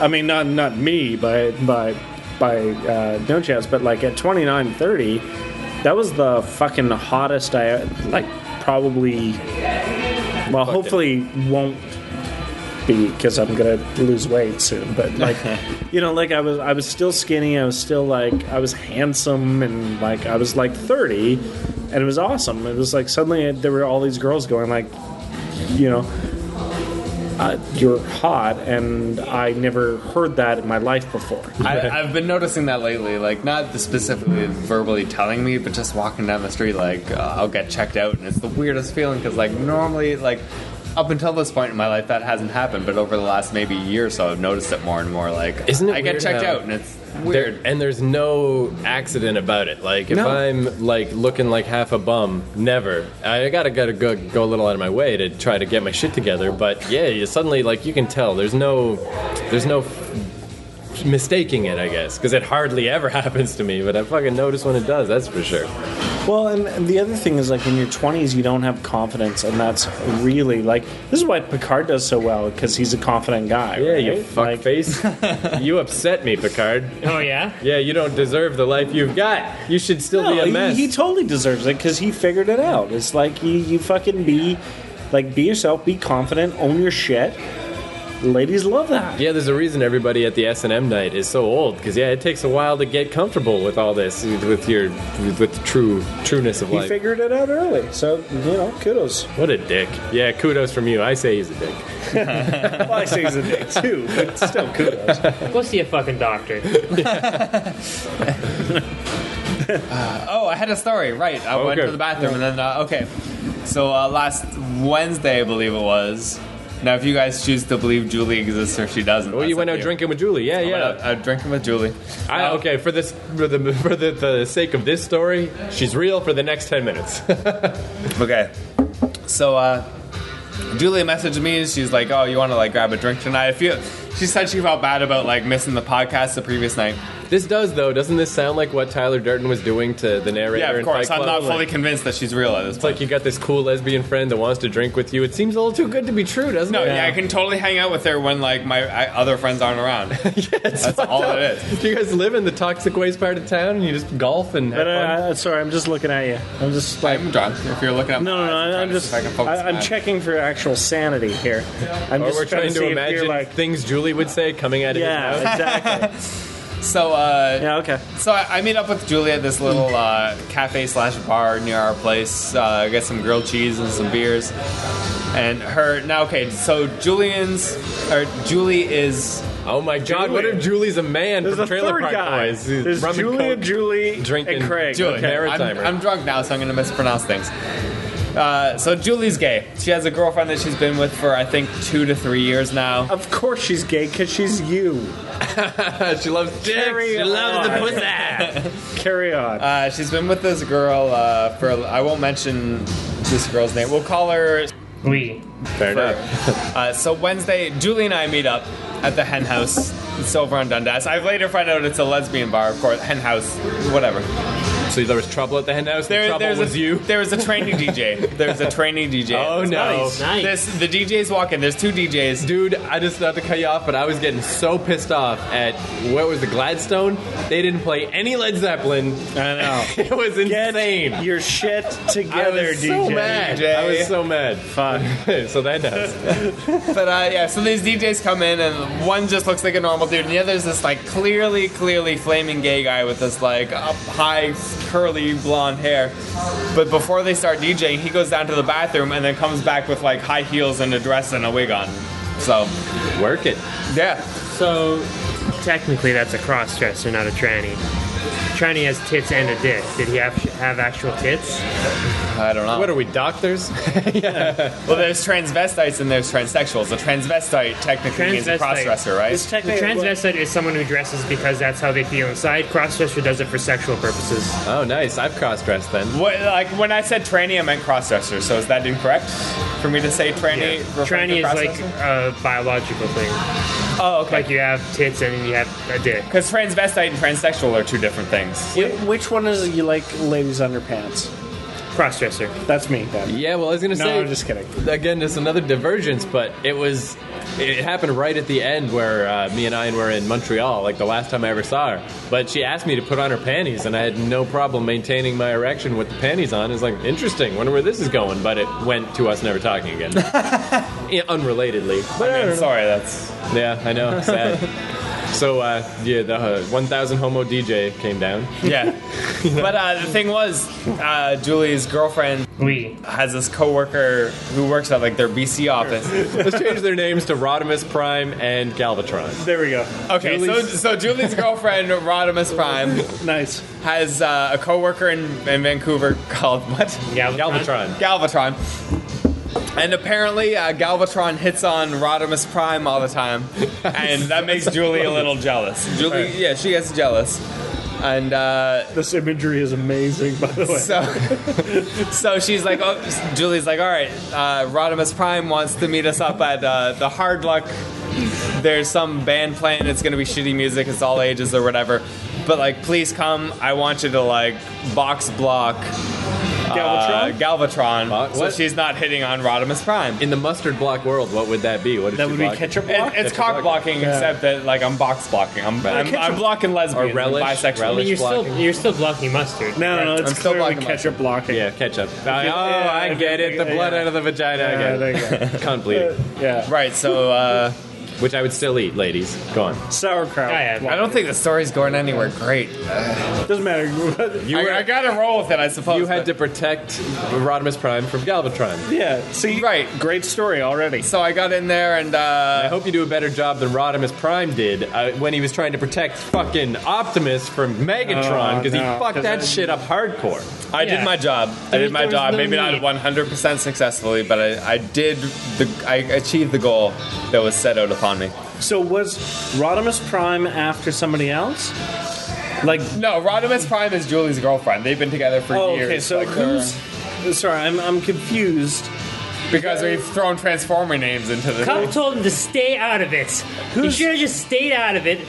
I mean not not me by by by uh, no chance, but like at 29, 30, that was the fucking hottest I like probably. Well, hopefully won't be because I'm gonna lose weight soon. But like you know, like I was I was still skinny. I was still like I was handsome and like I was like 30, and it was awesome. It was like suddenly there were all these girls going like, you know uh, you're hot, and I never heard that in my life before.
I, I've been noticing that lately, like not specifically verbally telling me, but just walking down the street, like uh, I'll get checked out, and it's the weirdest feeling because, like, normally, like up until this point in my life, that hasn't happened, but over the last maybe year or so, I've noticed it more and more. Like,
Isn't it
I get
weird
checked
how-
out, and it's
There-
weird.
and there's no accident about it. Like if
No.
I'm like looking like half a bum, never. I gotta gotta go go a little out of my way to try to get my shit together. But yeah, you suddenly like you can tell there's no there's no f- mistaking it. I guess because it hardly ever happens to me, but I fucking notice when it does. That's for sure.
Well, and and the other thing is, like, in your 20s, you don't have confidence, and that's really like this is why Picard does so well because he's a confident guy.
Yeah, you
right?
fuck
Like,
face. you upset me, Picard.
Oh yeah.
Yeah, you don't deserve the life you've got. You should still be
no,
a
he-
mess.
He, totally deserves it because he figured it out. It's like you, you fucking be, like, be yourself, be confident, own your shit. Ladies love that.
Yeah, there's a reason everybody at the S and M night is so old. Because yeah, it takes a while to get comfortable with all this, with your, with the true trueness of
He
life.
figured it out early, so you know, kudos.
what a dick. Yeah, kudos from you. I say he's a dick.
well, I say he's a dick too, but still, kudos.
Go see a fucking doctor.
Oh, I had a story. Right, I went
Okay.
to the bathroom and then uh, okay. So uh, last Wednesday, I believe it was. Now, if you guys choose to believe Julie exists or she doesn't,
Well,
that's
you went
up
out
to
drinking with Julie. Yeah,
I went
yeah.
out- out drinking with Julie.
I, okay, for this, for the, for the, the sake of this story, she's real for the next ten minutes.
Okay. So uh Julia messaged me and she's like, "Oh, you want to like grab a drink tonight?" I feel she said she felt bad about like missing the podcast the previous night.
This does though, doesn't this sound like what Tyler Durden was doing to the narrator?
Yeah,
in
of course.
Fight
I'm
Club?
not
Like,
fully convinced that she's real at this
It's like you got this cool lesbian friend that wants to drink with you. It seems a little too good to be true, doesn't
No,
it?
yeah. I can totally hang out with her when like my I, other friends aren't around. That's all it is.
Do you guys live in the toxic waste part of town and you just golf and have
But,
fun?
uh, sorry, I'm just looking at you. I'm just like.
I'm drunk. If you're looking at
No,
my eyes,
no, no.
trying
I'm
to
just.
see if I can focus
I, I'm
on-
checking for actual sanity here. I'm
or
just
we're trying to
to, see if
imagine
you're like.
things Julie would say coming out of
Yeah,
his mouth.
exactly.
So, uh,
Yeah, okay.
so I, I meet up with Julie at this little uh, cafe slash bar near our place. Uh, get some grilled cheese and some beers. And her now, okay. So Julian's or Julie is
Oh my god, what if Julie's a man
There's
from
a
Trailer
third
Park
guy.
Boys? He's
There's
rum and
Julia,
coke.
Julie,
drinking-
and Craig.
Julie.
Okay.
Mary-
I'm,
Maritimer.
I'm drunk now, so I'm going to mispronounce things. Uh, so Julie's gay. She has a girlfriend that she's been with for I think two to three years now.
Of course she's gay because she's you.
she loves
Carry
dicks. She loves the
on.
pussy.
Carry on.
Uh, she's been with this girl uh, for I won't mention this girl's name. We'll call her.
We.
Fair enough.
Uh, so Wednesday, Julie and I meet up at the Hen House. It's over on Dundas. I later find out it's a lesbian bar, of course. Hen House, whatever.
So there was trouble at the hen house.
There,
the trouble
there's
was
a,
you.
There was a training DJ. There was a training DJ.
Oh no.
Nice, nice.
This the DJs walk in. There's two DJs.
Dude, I just not to cut you off, but I was getting so pissed off at what was the Gladstone? They didn't play any Led Zeppelin.
I know.
It was
Get
insane.
your shit
I
together,
was
DJ.
so mad. I was so mad.
Fuck.
so that does.
But uh, yeah, so these DJs come in, and one just looks like a normal dude, and the other's this like clearly, clearly flaming gay guy with this like up high, curly blonde hair. But before they start DJing, he goes down to the bathroom and then comes back with like high heels and a dress and a wig on. So
Work it.
yeah,
So, technically, that's a cross-dresser, not a tranny. Tranny has tits and a dick. Did he have, have actual tits?
I don't know.
What are we, doctors?
well, there's transvestites and there's transsexuals. A transvestite technically means a
Transvestite.
crossdresser, right?
It's
The
technically
transvestite is someone who dresses because that's how they feel inside. Crossdresser does it for sexual purposes.
oh, nice. I've cross dressed then.
What, like when I said tranny, I meant crossdresser. So is that incorrect for me to say tranny? referring to
Tranny is like
crossdresser?
a biological thing.
oh okay.
Like you have tits and you have a dick.
Because transvestite and transsexual are two different things.
Wh- Which one is it you like, ladies' underpants?
Crossdresser.
That's me. Then.
Yeah, well, I was going to
No,
say.
I'm just kidding.
Again, it's another divergence, but it was. It happened right at the end where uh, me and Ian were in Montreal, like the last time I ever saw her. But she asked me to put on her panties, and I had no problem maintaining my erection with the panties on. It's like, interesting, wonder where this is going. But it went to us never talking again. Yeah, unrelatedly. But I
I
don't know.
mean, sorry, that's
Yeah, I know. Sad. so uh, yeah, the uh, 1,000 homo DJ came down.
yeah. but uh, the thing was, uh, Julie's girlfriend
We.
has this coworker who works at like their BC office.
Let's change their names to Rodimus Prime and Galvatron.
There we go.
Okay, so,
Julie's-
so Julie's girlfriend Rodimus Prime
Nice.
has uh, a coworker in, in Vancouver called what?
Galvatron.
Galvatron. And apparently, uh, Galvatron hits on Rodimus Prime all the time, and that makes Julie a little jealous. Julie, yeah, she gets jealous, and uh,
This imagery is amazing, by the way.
so so she's like, oh, Julie's like, all right, uh, Rodimus Prime wants to meet us up at uh, the Hard Luck. There's some band playing. It's gonna be shitty music. It's all ages or whatever. But like, please come. I want you to like box block
Galvatron?
uh, Galvatron.
Bo-
so
what?
she's not hitting on Rodimus Prime.
In the mustard block world, what would that be? What is
that
she
would be
blocking?
ketchup block.
It, it's
That's
cock
block.
blocking,
Yeah.
except that like I'm box blocking. I'm
Right.
I'm, I'm blocking lesbians,
Or relish,
and bisexual.
I mean,
relish.
you're still
Blocking.
you're still blocking mustard.
no, no, no. It's
I'm still
clearly
blocking
ketchup blocking.
Yeah, ketchup. Oh, I get it. The blood
Yeah.
out of the vagina
Yeah,
again.
there you go.
Can't bleed it.
yeah.
Right. So uh,
Which I would still eat, ladies. Go on.
Sauerkraut.
I have.
block.
I don't think the story's going anywhere great.
Doesn't matter.
You,
I, I gotta roll with it, I suppose.
you had
but-
to protect Rodimus Prime from Galvatron.
yeah. See.
Right.
Great story already.
So I got in there and
I
uh,
hope you do a better job than Rodimus Prime did uh, when he was trying to protect fucking Optimus from Megatron because
Oh, no,
he fucked
'cause
that
I-
shit up hardcore.
I did
Yeah.
my job. I did my
There was
job.
no
Maybe
need.
not 100 percent successfully, but I, I did the I achieved the goal that was set out upon me.
So was Rodimus Prime after somebody else? Like
No, Rodimus Prime is Julie's girlfriend. They've been together for
Oh,
years.
okay. So
like, they're-
who's? Sorry, I'm I'm confused.
because we've thrown Transformer names into the
Cop told him to stay out of it. He
Who's-
should have just stayed out of it.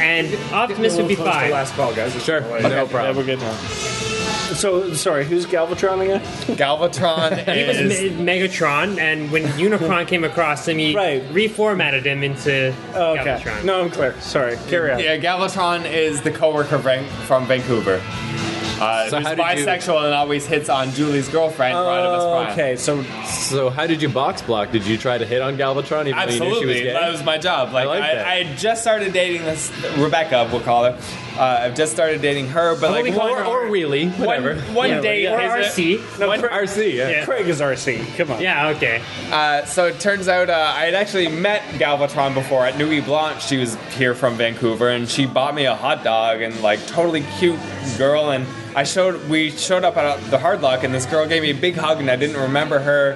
and Optimus would be
Close to
five.
Last call, guys.
Sure. No problem.
Have a good time.
So sorry, who's Galvatron again?
Galvatron
He was
is
Me- Megatron, and when Unicron came across him, he
Right.
reformatted him into
Oh, okay.
Galvatron.
No, I'm clear. Sorry. Carry on.
yeah, Galvatron is the coworker van- from Vancouver. Uh,
So
who's
how did you-
bisexual and always hits on Julie's girlfriend, Rodimus Prime.
Oh, Uh, okay, so
So how did you box block? Did you try to hit on Galvatron even though you knew she was
Absolutely,
gay?
that was my job. Like I,
like that.
I, had just started dating this Rebecca, we'll call her. Uh, I've just started dating her, but like
we call
one,
or, or wheelie, whatever.
one, one
Yeah,
day,
yeah. Or
is it-
RC.
no,
One-
Cra-
RC, yeah.
Yeah.
Craig is RC. Come on.
Yeah, okay.
Uh, so it turns out uh, I had actually met Galvatron before at Nuit Blanche. She was here from Vancouver, and she bought me a hot dog and like totally cute girl. And I showed we showed up at uh, the Hard Lock, and this girl gave me a big hug, and I didn't remember her.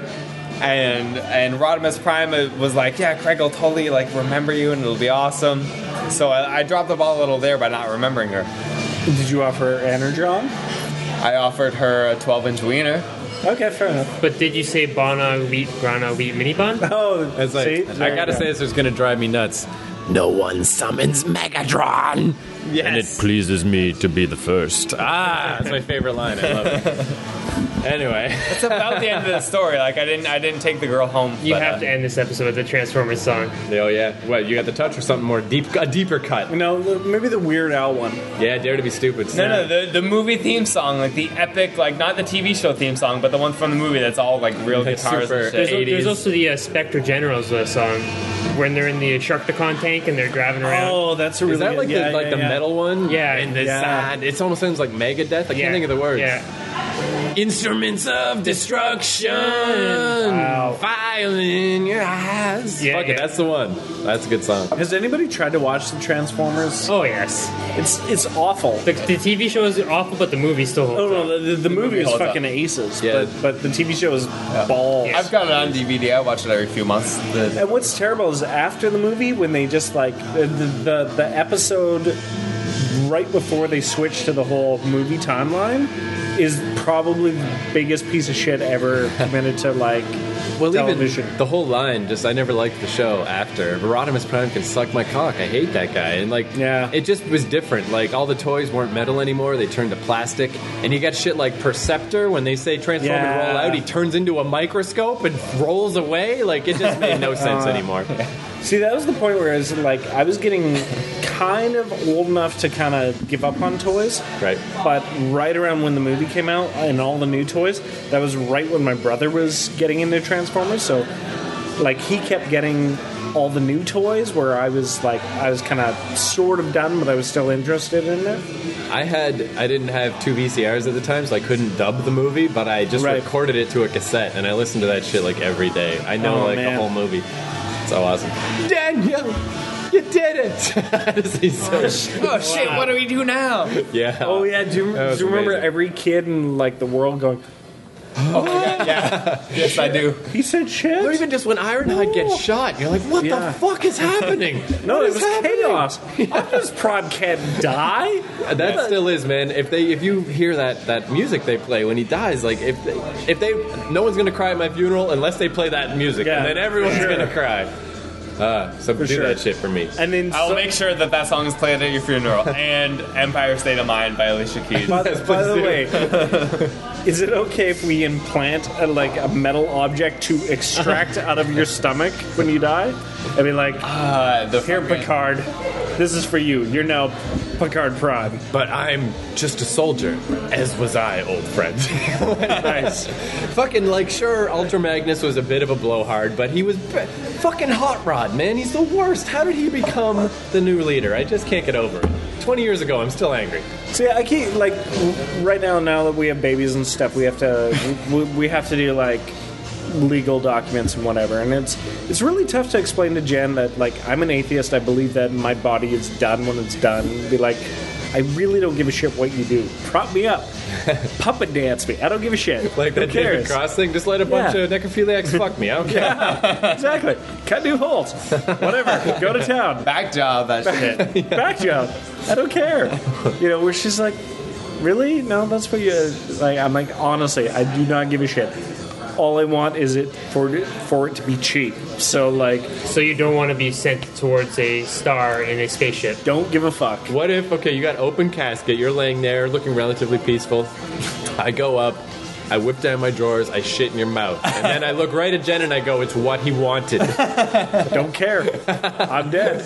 And and Rodimus Prime uh, was like, "Yeah, Craig will totally like remember you, and it'll be awesome." So I, I dropped the ball a little there by not remembering her.
Did you offer Energon?
I offered her a 12-inch wiener.
Okay, fair enough.
But did you say Bana Wheat Grana Wheat Mini Bun?
Oh,
It's like,
see?
I
There
gotta
you
say,
go.
this is gonna drive me nuts. No one summons Megatron.
Yes.
And it pleases me to be the first. Ah, that's my favorite line. I love it. Anyway,
It's about the end of the story. Like I didn't I didn't take the girl home.
You
but,
have
uh,
to end this episode with the Transformers song.
oh yeah, what you got the touch or something more deep, a deeper cut?
No, the- maybe the Weird Al one.
Yeah, dare to be stupid.
No, no, the, the movie theme song, like the epic, like not the TV show theme song, but the one from the movie that's all like real
Like
guitars
super-
and shit.
There's, al- there's
80s.
also the uh, Spectre Generals uh, song when they're in the Sharktacon tank and they're driving around.
Oh, that's a really
Is that
good-
like
yeah,
the like
yeah,
the
yeah.
metal one?
Yeah.
and the
Yeah.
sound. It almost sounds like Megadeth. I
yeah.
can't think of the words.
Yeah.
Instruments of destruction, wow. fire in your eyes.
Yeah,
Fuck
yeah.
it, that's the one. That's a good song.
Has anybody tried to watch the Transformers?
Oh yes.
It's it's awful.
The, the TV show is awful, but the movie still holds.
Oh no, the, the, the movie is
holds up.
fucking aces,
Yeah.
but but the TV show is balls.
I've got it on DVD. I watch it every few months. The,
And what's terrible is after the movie when they just like the the, the episode right before they switch to the whole movie timeline is probably the biggest piece of shit ever committed to like
Well,
television.
even the whole line, just I never liked the show after. Veronimus Prime can suck my cock. I hate that guy. And like,
Yeah.
it just was different. Like all the toys weren't metal anymore; they turned to plastic. And you got shit like Perceptor when they say transform
Yeah.
and roll out, he turns into a microscope and rolls away. Like it just made
Uh,
no sense anymore.
See, that was the point where I was like, I was getting kind of old enough to kind of give up on toys.
Right.
But right around when the movie came out and all the new toys, that was right when my brother was getting into Transformers. So, like, he kept getting all the new toys where I was like, I was kind of sort of done, but I was still interested in it.
I had I didn't have two VCRs at the time, so I couldn't dub the movie, but I just
Right.
recorded it to a cassette, and I listened to that shit like every day. I know
Oh,
like
man.
the whole movie. So awesome, Daniel, you did it! He's so-
oh shit! What do we do now?
yeah.
Oh, yeah. Do you,
That was
do you remember
amazing.
every kid in, like, the world going,
Yes, I do.
he said shit?
Or even just when Ironhide gets shot, you're like, what
Yeah.
the fuck is happening?
no,
What
it
is
was
happening?
chaos. How does Prod Cat die?
That still is, man. If they, if you hear that that music they play when he dies, like if they, if they, no one's gonna cry at my funeral unless they play that music,
Yeah,
and then everyone's
for sure.
gonna cry. Uh, so do
sure.
that shit for me.
And then
I'll
so-
make sure that that song is played at your funeral. and Empire State of Mind by Alicia Keys.
By,
Yes,
by the
please do.
way, is it okay if we implant a, like a metal object to extract out of your stomach when you die? I mean, like
Uh, the
here,
fucking-
Picard, this is for you. You're now Picard Prime.
But I'm just a soldier, as was I, old friend.
Nice.
fucking like, sure, Ultra Magnus was a bit of a blowhard, but he was b- fucking Hot Rod, man. He's the worst. How did he become the new leader? I just can't get over it. Twenty years ago, I'm still angry.
See, I keep like right now. Now that we have babies and stuff, we have to we, we have to do like legal documents and whatever. And it's it's really tough to explain to Jen that like I'm an atheist. I believe that my body is done when it's done. And be like, I really don't give a shit what you do. Prop me up, puppet dance me. I don't give a shit.
Like
Who
that David
cares?
Cross thing, just let a bunch
Yeah.
of necrophiliacs fuck me. I don't care.
exactly. Cut new holes. Whatever. Go to town.
back job that shit.
Back job. I don't care. You know, where she's like, really? No, that's what you like. I'm like, honestly, I do not give a shit. all I want is it for for it to be cheap. So like,
So you don't want to be sent towards a star in a spaceship.
don't give a fuck.
What if, okay, you got open casket, you're laying there looking relatively peaceful. I go up, I whip down my drawers, I shit in your mouth. And then I look right at Jen and I go, it's what he wanted.
Don't care. I'm dead.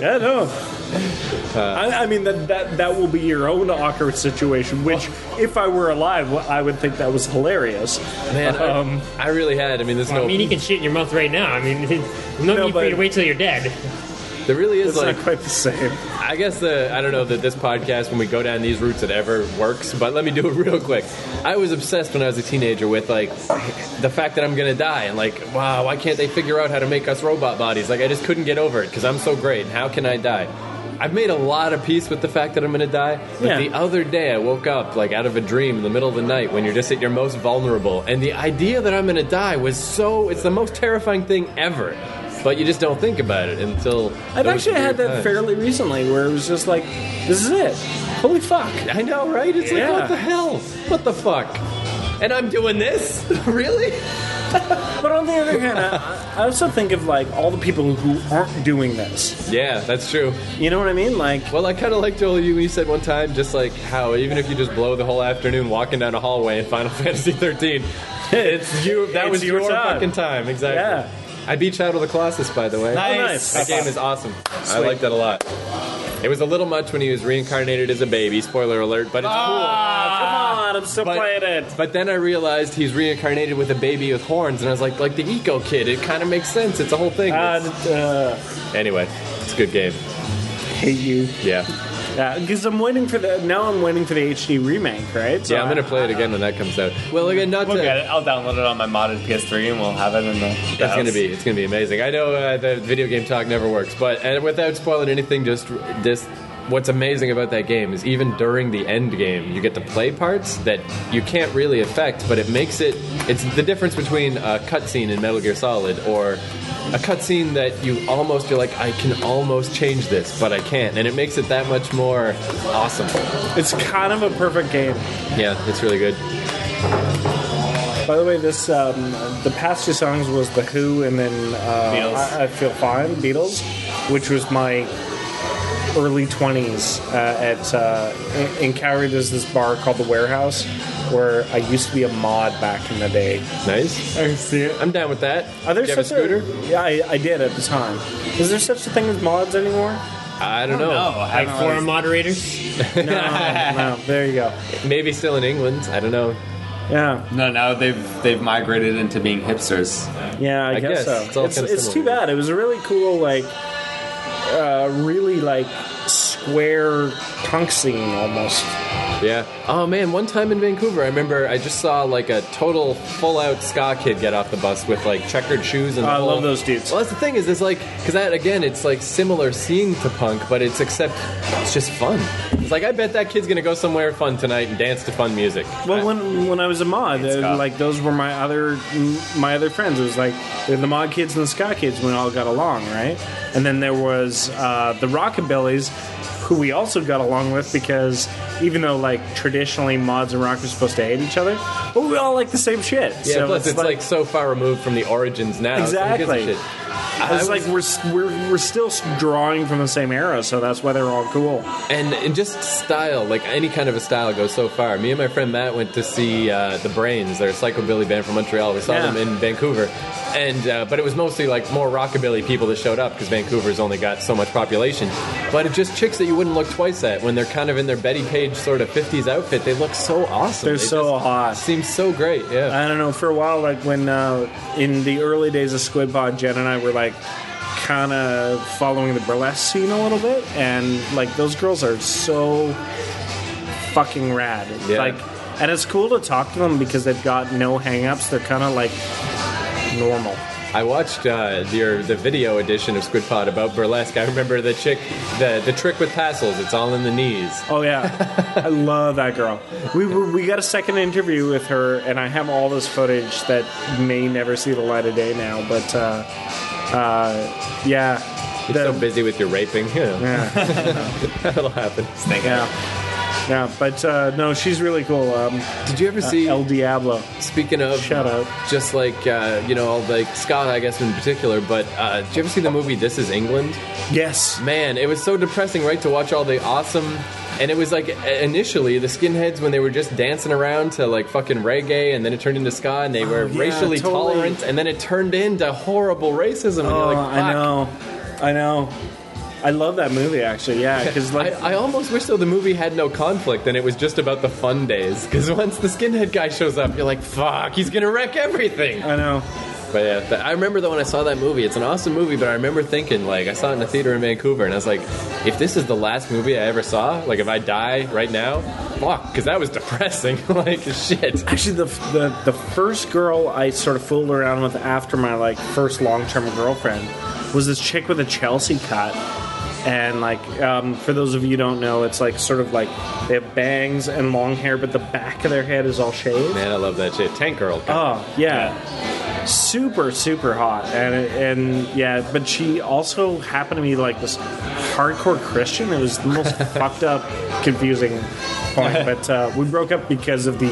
Yeah, no. I, I mean that, that that will be your own awkward situation. Which, if I were alive, I would think that was hilarious.
Man, I-
Um,
I, really had. I mean, there's
I
no.
mean, you can shit in your mouth right now. I mean, no,
No,
need for you
but-
to wait till you're dead.
There really is
It's
like.
not quite the same.
I guess the I don't know that this podcast when we go down these routes it ever works, but let me do it real quick. I was obsessed when I was a teenager with like the fact that I'm gonna die and like wow why can't they figure out how to make us robot bodies? Like I just couldn't get over it because I'm so great. and How can I die? I've made a lot of peace with the fact that I'm gonna die. But
Yeah.
the other day I woke up like out of a dream in the middle of the night when you're just at your most vulnerable, and the idea that I'm gonna die was so it's the most terrifying thing ever. But you just don't think about it until
I've
those
actually
weird
had that
times.
fairly recently, where it was just like, this is it. Holy fuck.
I know, right? It's like,
Yeah.
what the hell? What the fuck? And I'm doing this? really?
But on the other hand, I, I also think of like all the people who aren't doing this.
Yeah, that's true.
You know what I mean? Like,
Well, I kind of liked all you. You said one time, just like how even if you just blow the whole afternoon walking down a hallway in Final Fantasy 13, it's you. That
It's
was your,
your time.
fucking time, exactly.
Yeah.
I beat Shadow of the Colossus, by the way.
nice.
That game is awesome. I like that a lot. It was a little much when he was reincarnated as a baby. Spoiler alert, but it's
Ah, come on, I'm still
But-
playing it.
But then I realized he's reincarnated with a baby with horns, and I was like, like the Eco Kid. It kind of makes sense. It's a whole thing.
Uh, uh,
anyway, it's a good game.
hate you.
Yeah,
Because I'm waiting for the now I'm waiting for the HD remake, right? So
yeah. I'm gonna play it again when that comes out. Well, again, not
We'll
to.
get it. I'll download it on my modded PS3 and we'll have it in the. the
It's gonna
house.
be it's gonna be amazing. I know uh, the video game talk never works, but and without spoiling anything, just just what's amazing about that game is even during the end game, you get to play parts that you can't really affect, but it makes it it's the difference between a cutscene in Metal Gear Solid or a cutscene that you almost you're like I can almost change this, but I can't, and it makes it that much more awesome.
It's kind of a perfect game.
Yeah, it's really good.
By the way, this um, the past two songs was the Who and then uh,
Beatles.
I, I Feel Fine Beatles, which was my early twenties uh, at uh, in, in Calgary. There's this bar called the Warehouse where I used to be a mod back in the day.
Nice.
I see it.
I'm down with that.
Are there
Do you have a
such
scooter?
yeah, I, I did at the time. Is there such a thing as mods anymore?
I don't know.
Oh, I
Like
don't
forum
really-
moderators.
No, no. There you go.
Maybe still in England. I don't know.
Yeah.
No, now they've they've migrated into being hipsters.
Yeah, I,
I guess
guess, so.
it's all
It's,
kinda
it's too
similar.
bad. It was a really cool, like, uh, really like square punk scene almost.
Yeah. Oh man, one time in Vancouver, I remember I just saw like a total full-out ska kid get off the bus with like checkered shoes and.
I
the whole-
love those dudes.
Well, that's the thing is, it's like because that again, it's like similar scene to punk, but it's except it's just fun. It's like I bet that kid's gonna go somewhere fun tonight and dance to fun music.
Well, when when I was a mod, uh,
Scott.
like those were my other my other friends. It was like they're the mod kids and the ska kids. We all got along, right? And then there was uh, the rockabillies, who we also got along with because even though like traditionally mods and rock are supposed to hate each other, but we all like the same shit.
yeah, plus it's like, so far removed from the origins now. so who gives a
Exactly.
shit? I
It's like we're, s- we're we're still s- drawing from the same era, so that's why they're all cool.
And, and just style, like any kind of a style goes so far. Me and my friend Matt went to see uh, the Brains, they're a psychobilly band from Montreal. We saw
Yeah.
them in Vancouver, and uh, but it was mostly like more rockabilly people that showed up because Vancouver's only got so much population. But it just chicks that you wouldn't look twice at when they're kind of in their Betty Page sort of '50s outfit. They look so awesome.
They're
They
so
just
hot.
Seems so great. Yeah.
I don't know. For a while, like when uh, in the early days of Squid Pod, Jen and I were like kind of following the burlesque scene a little bit, and like those girls are so fucking rad.
Yeah.
Like, and it's cool to talk to them because they've got no hang-ups. They're kind of like normal.
I watched uh, your the video edition of Squid Pod about burlesque. I remember the chick, the the trick with tassels. It's all in the knees.
Oh yeah, I love that girl. We were, we got a second interview with her, and I have all this footage that may never see the light of day now. But uh, uh, yeah,
You're so busy with your raping. Yeah.
yeah,
That'll happen.
yeah. Yeah, but uh, no, she's really cool. Um,
Did you ever
uh,
see?
El Diablo.
Speaking of,
Shout out.
just like uh, you know, like Scott, I guess in particular. But uh, did you ever see the movie This Is England?
Yes.
Man, it was so depressing, right? To watch all the awesome, and it was like initially the skinheads when they were just dancing around to like fucking reggae, and then it turned into ska, and they were
Oh, yeah,
racially
totally.
tolerant, and then it turned into horrible racism. And
Oh,
you're like, Fuck.
I know. I know. I love that movie actually. Yeah, because like
I, I almost wish though the movie had no conflict and it was just about the fun days. Because once the skinhead guy shows up, you're like, "Fuck, he's gonna wreck everything."
I know.
But yeah, th- I remember though when I saw that movie, it's an awesome movie, but I remember thinking, like, I saw it in a theater in Vancouver, and I was like, if this is the last movie I ever saw, like, if I die right now, fuck, because that was depressing. like, shit.
Actually, the, the the first girl I sort of fooled around with after my like first long term girlfriend was this chick with a Chelsea cut, and like um, for those of you who don't know, it's like sort of like they have bangs and long hair, but the back of their head is all shaved.
Man, I love that shit. Tank Girl.
Oh yeah. super super hot, and it- and yeah, but she also happened to be like this hardcore Christian. It was the most fucked up, confusing point. But uh, we broke up because of the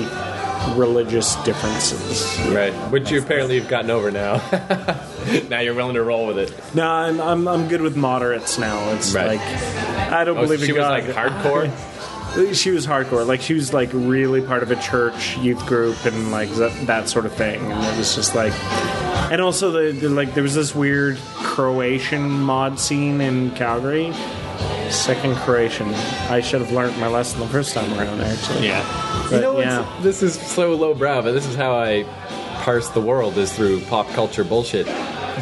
religious differences.
Right. Which you apparently have gotten over now. now you're willing to roll with it.
No, I'm I'm, I'm good with moderates now. It's
Right.
like I don't
Oh,
believe
she
in
was like
God.
hardcore.
she was hardcore. Like she was like really part of a church youth group and like that, that sort of thing. And it was just like, and also the, the like there was this weird Croatian mod scene in Calgary. Second Croatian. I should have learned my lesson the first time around. Actually,
Yeah.
But,
you know, what's-
yeah.
this is so lowbrow, but this is how I parse the world is through pop culture bullshit.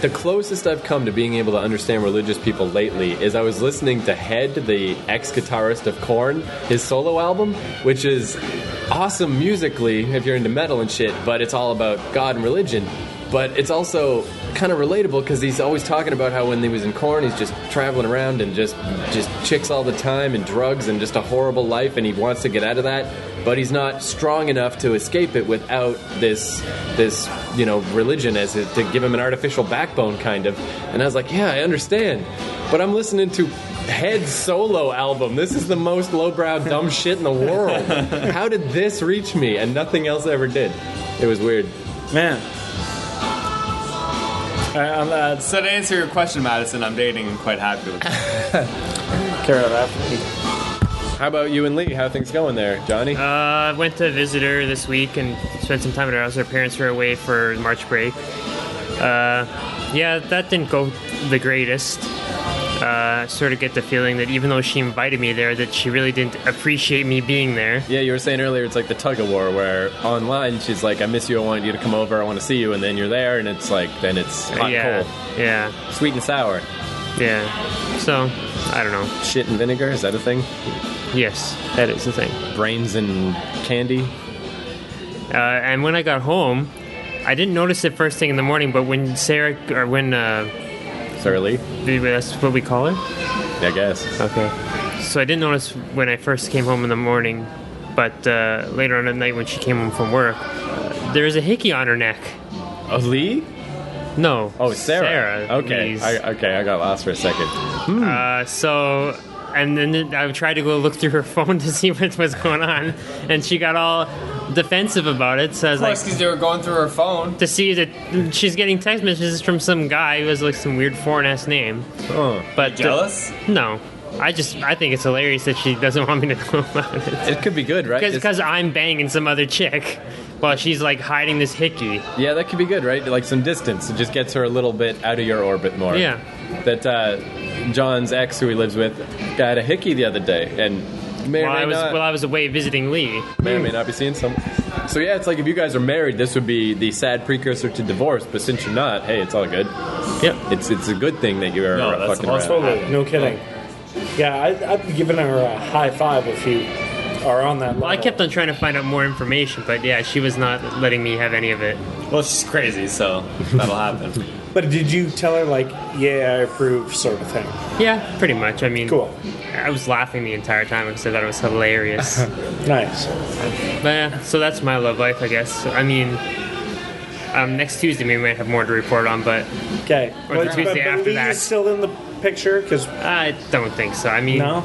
The closest I've come to being able to understand religious people lately is I was listening to Head, the ex-guitarist of Korn, his solo album, which is awesome musically if you're into metal and shit, but it's all about God and religion. But it's also kind of relatable because he's always talking about how when he was in Corn, he's just traveling around and just just chicks all the time and drugs and just a horrible life, and he wants to get out of that, but he's not strong enough to escape it without this this you know religion as it, to give him an artificial backbone, kind of. And I was like, yeah, I understand, but I'm listening to Head's solo album. This is the most lowbrow, dumb shit in the world. How did this reach me and nothing else ever did? It was weird.
man. I, I'm uh,
So to answer your question, Madison, I'm dating and quite happy with it.
care of that.
How about you and Lee? How are things going there, Johnny?
Uh, I went to visit her this week and spent some time at her house. Her parents were away for March break. Uh, yeah, that didn't go the greatest. Uh, I sort of get the feeling that even though she invited me there, that she really didn't appreciate me being there.
Yeah, you were saying earlier it's like the tug of war where online she's like, I miss you, I want you to come over, I want to see you, and then you're there, and it's like, then it's hot
yeah,
and cold.
yeah,
Sweet and sour.
yeah. So I don't know.
Shit and vinegar, is that a thing?
Yes, that is the thing.
Brains and candy?
Uh, and when I got home, I didn't notice it first thing in the morning. But when Sarah or when uh,
Sorry, Lee?
that's what we call her.
I guess.
Okay. So I didn't notice when I first came home in the morning, but uh, later on at night when she came home from work, uh, there was a hickey on her neck.
Oh, Lee?
No.
Oh, Sarah.
Sarah.
okay.
please.
I, okay, I got lost for a second.
uh, so, and then I tried to go look through her phone to see what was going on, and she got all defensive about it. So I was like,
because they were going through her phone.
to see that she's getting text messages from some guy who has like some weird foreign ass name.
Oh.
But uh,
Jealous?
no. I just I think it's hilarious that she doesn't want me to know about it.
It could be good, right? It's-
Because I'm banging some other chick while she's like hiding this hickey.
Yeah, that could be good, right? Like some distance. It just gets her a little bit out of your orbit more.
Yeah.
That uh, John's ex, who he lives with, got a hickey the other day, and may or
While
may
I was
not,
while I was away visiting Lee.
may or may not be seeing some. So yeah, it's like if you guys are married, this would be the sad precursor to divorce. But since you're not, hey, it's all good.
Yep.
It's it's a good thing that you're
No, that's
fucking around.
awesome.
Totally, no kidding. Yeah, I, I'd be giving her a high five if you are on that. Level.
Well, I kept on trying to find out more information, but yeah, she was not letting me have any of it.
Well, she's crazy, so that'll happen.
But did you tell her like, yeah, I approve, sort of thing?
Yeah, pretty much. I mean,
Cool.
I was laughing the entire time because I thought it was hilarious.
Nice.
but yeah, so that's my love life, I guess. I mean, um, next Tuesday we might have more to report on, but
Okay.
Or the Tuesday after
Lee's
that.
still in the picture because
I don't uh, think so. I mean,
no.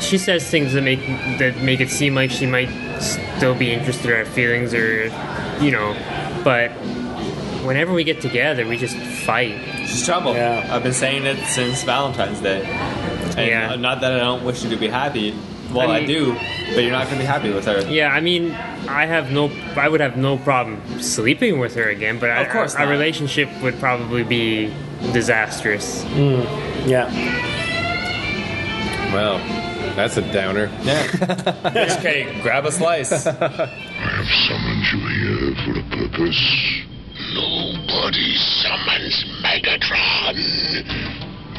she says things that make that make it seem like she might still be interested in our feelings or you know but whenever we get together we just fight
She's trouble.
Yeah.
I've been saying it since Valentine's Day. And
Yeah.
Not that I don't wish you to be happy. Well, I,
I mean-
do, but you're not going to be happy with her.
yeah i mean i have no i would have no problem sleeping with her again but
Of course
our, our
not.
relationship would probably be disastrous
Yeah.
Well, that's a downer.
Okay, grab a slice.
I have summoned you here for a purpose. Nobody summons Megatron.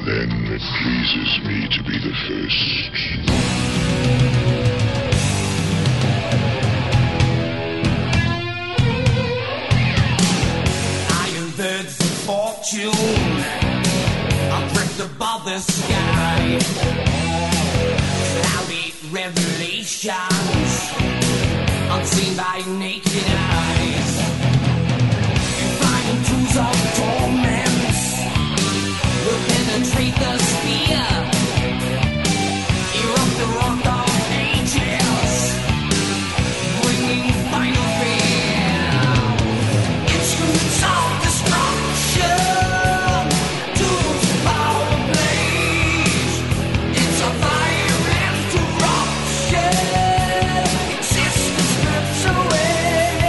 Then it pleases me to be the first.
Iron birds of fortune are pricked above the sky. Cloudy revelations unseen by naked eyes. Flying tools of torment will penetrate the sphere. Erupt the rock of ages, bringing final fear. Instruments of destruction, tools of our blaze. It's a violent corruption, system strips away.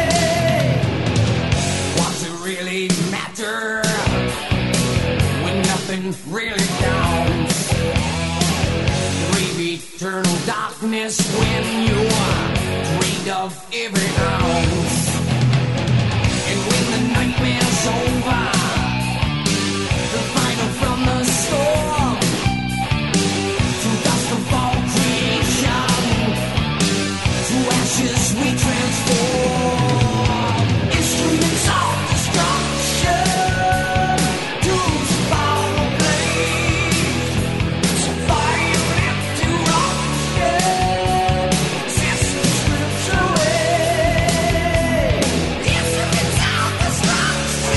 What's it really matter when nothing really counts? Brave eternal darkness when you are drained of every ounce. And when the nightmare's over, the final from the storm, to dust of all creation, to ashes we transform. Instruments of destruction, tools of our blade, violent eruption, systems stripped away. Instruments of destruction.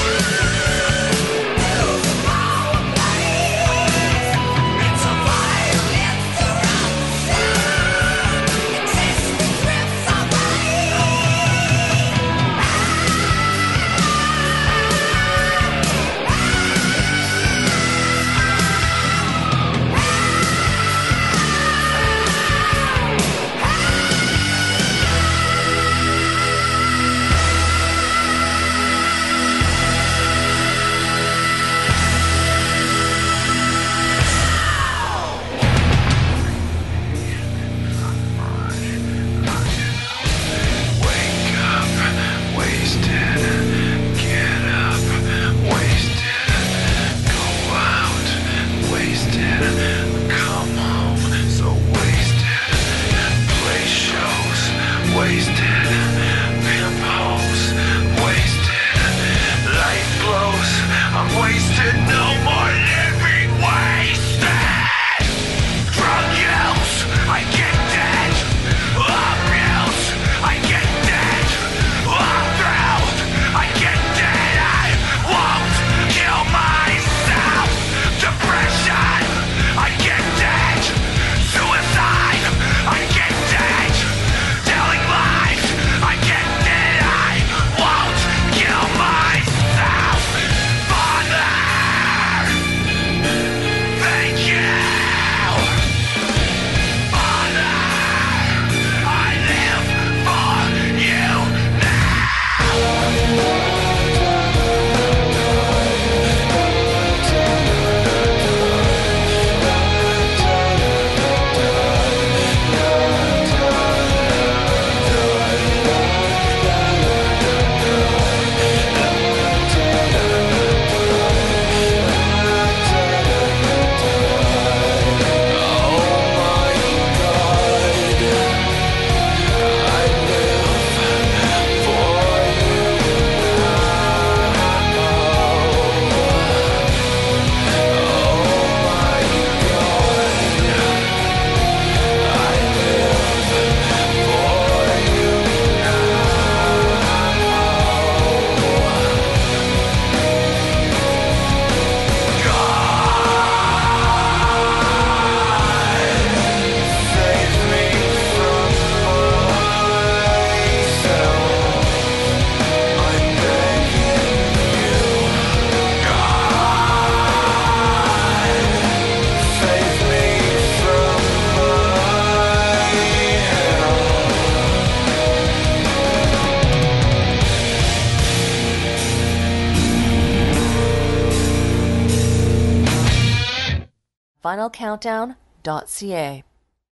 finalcountdown.ca.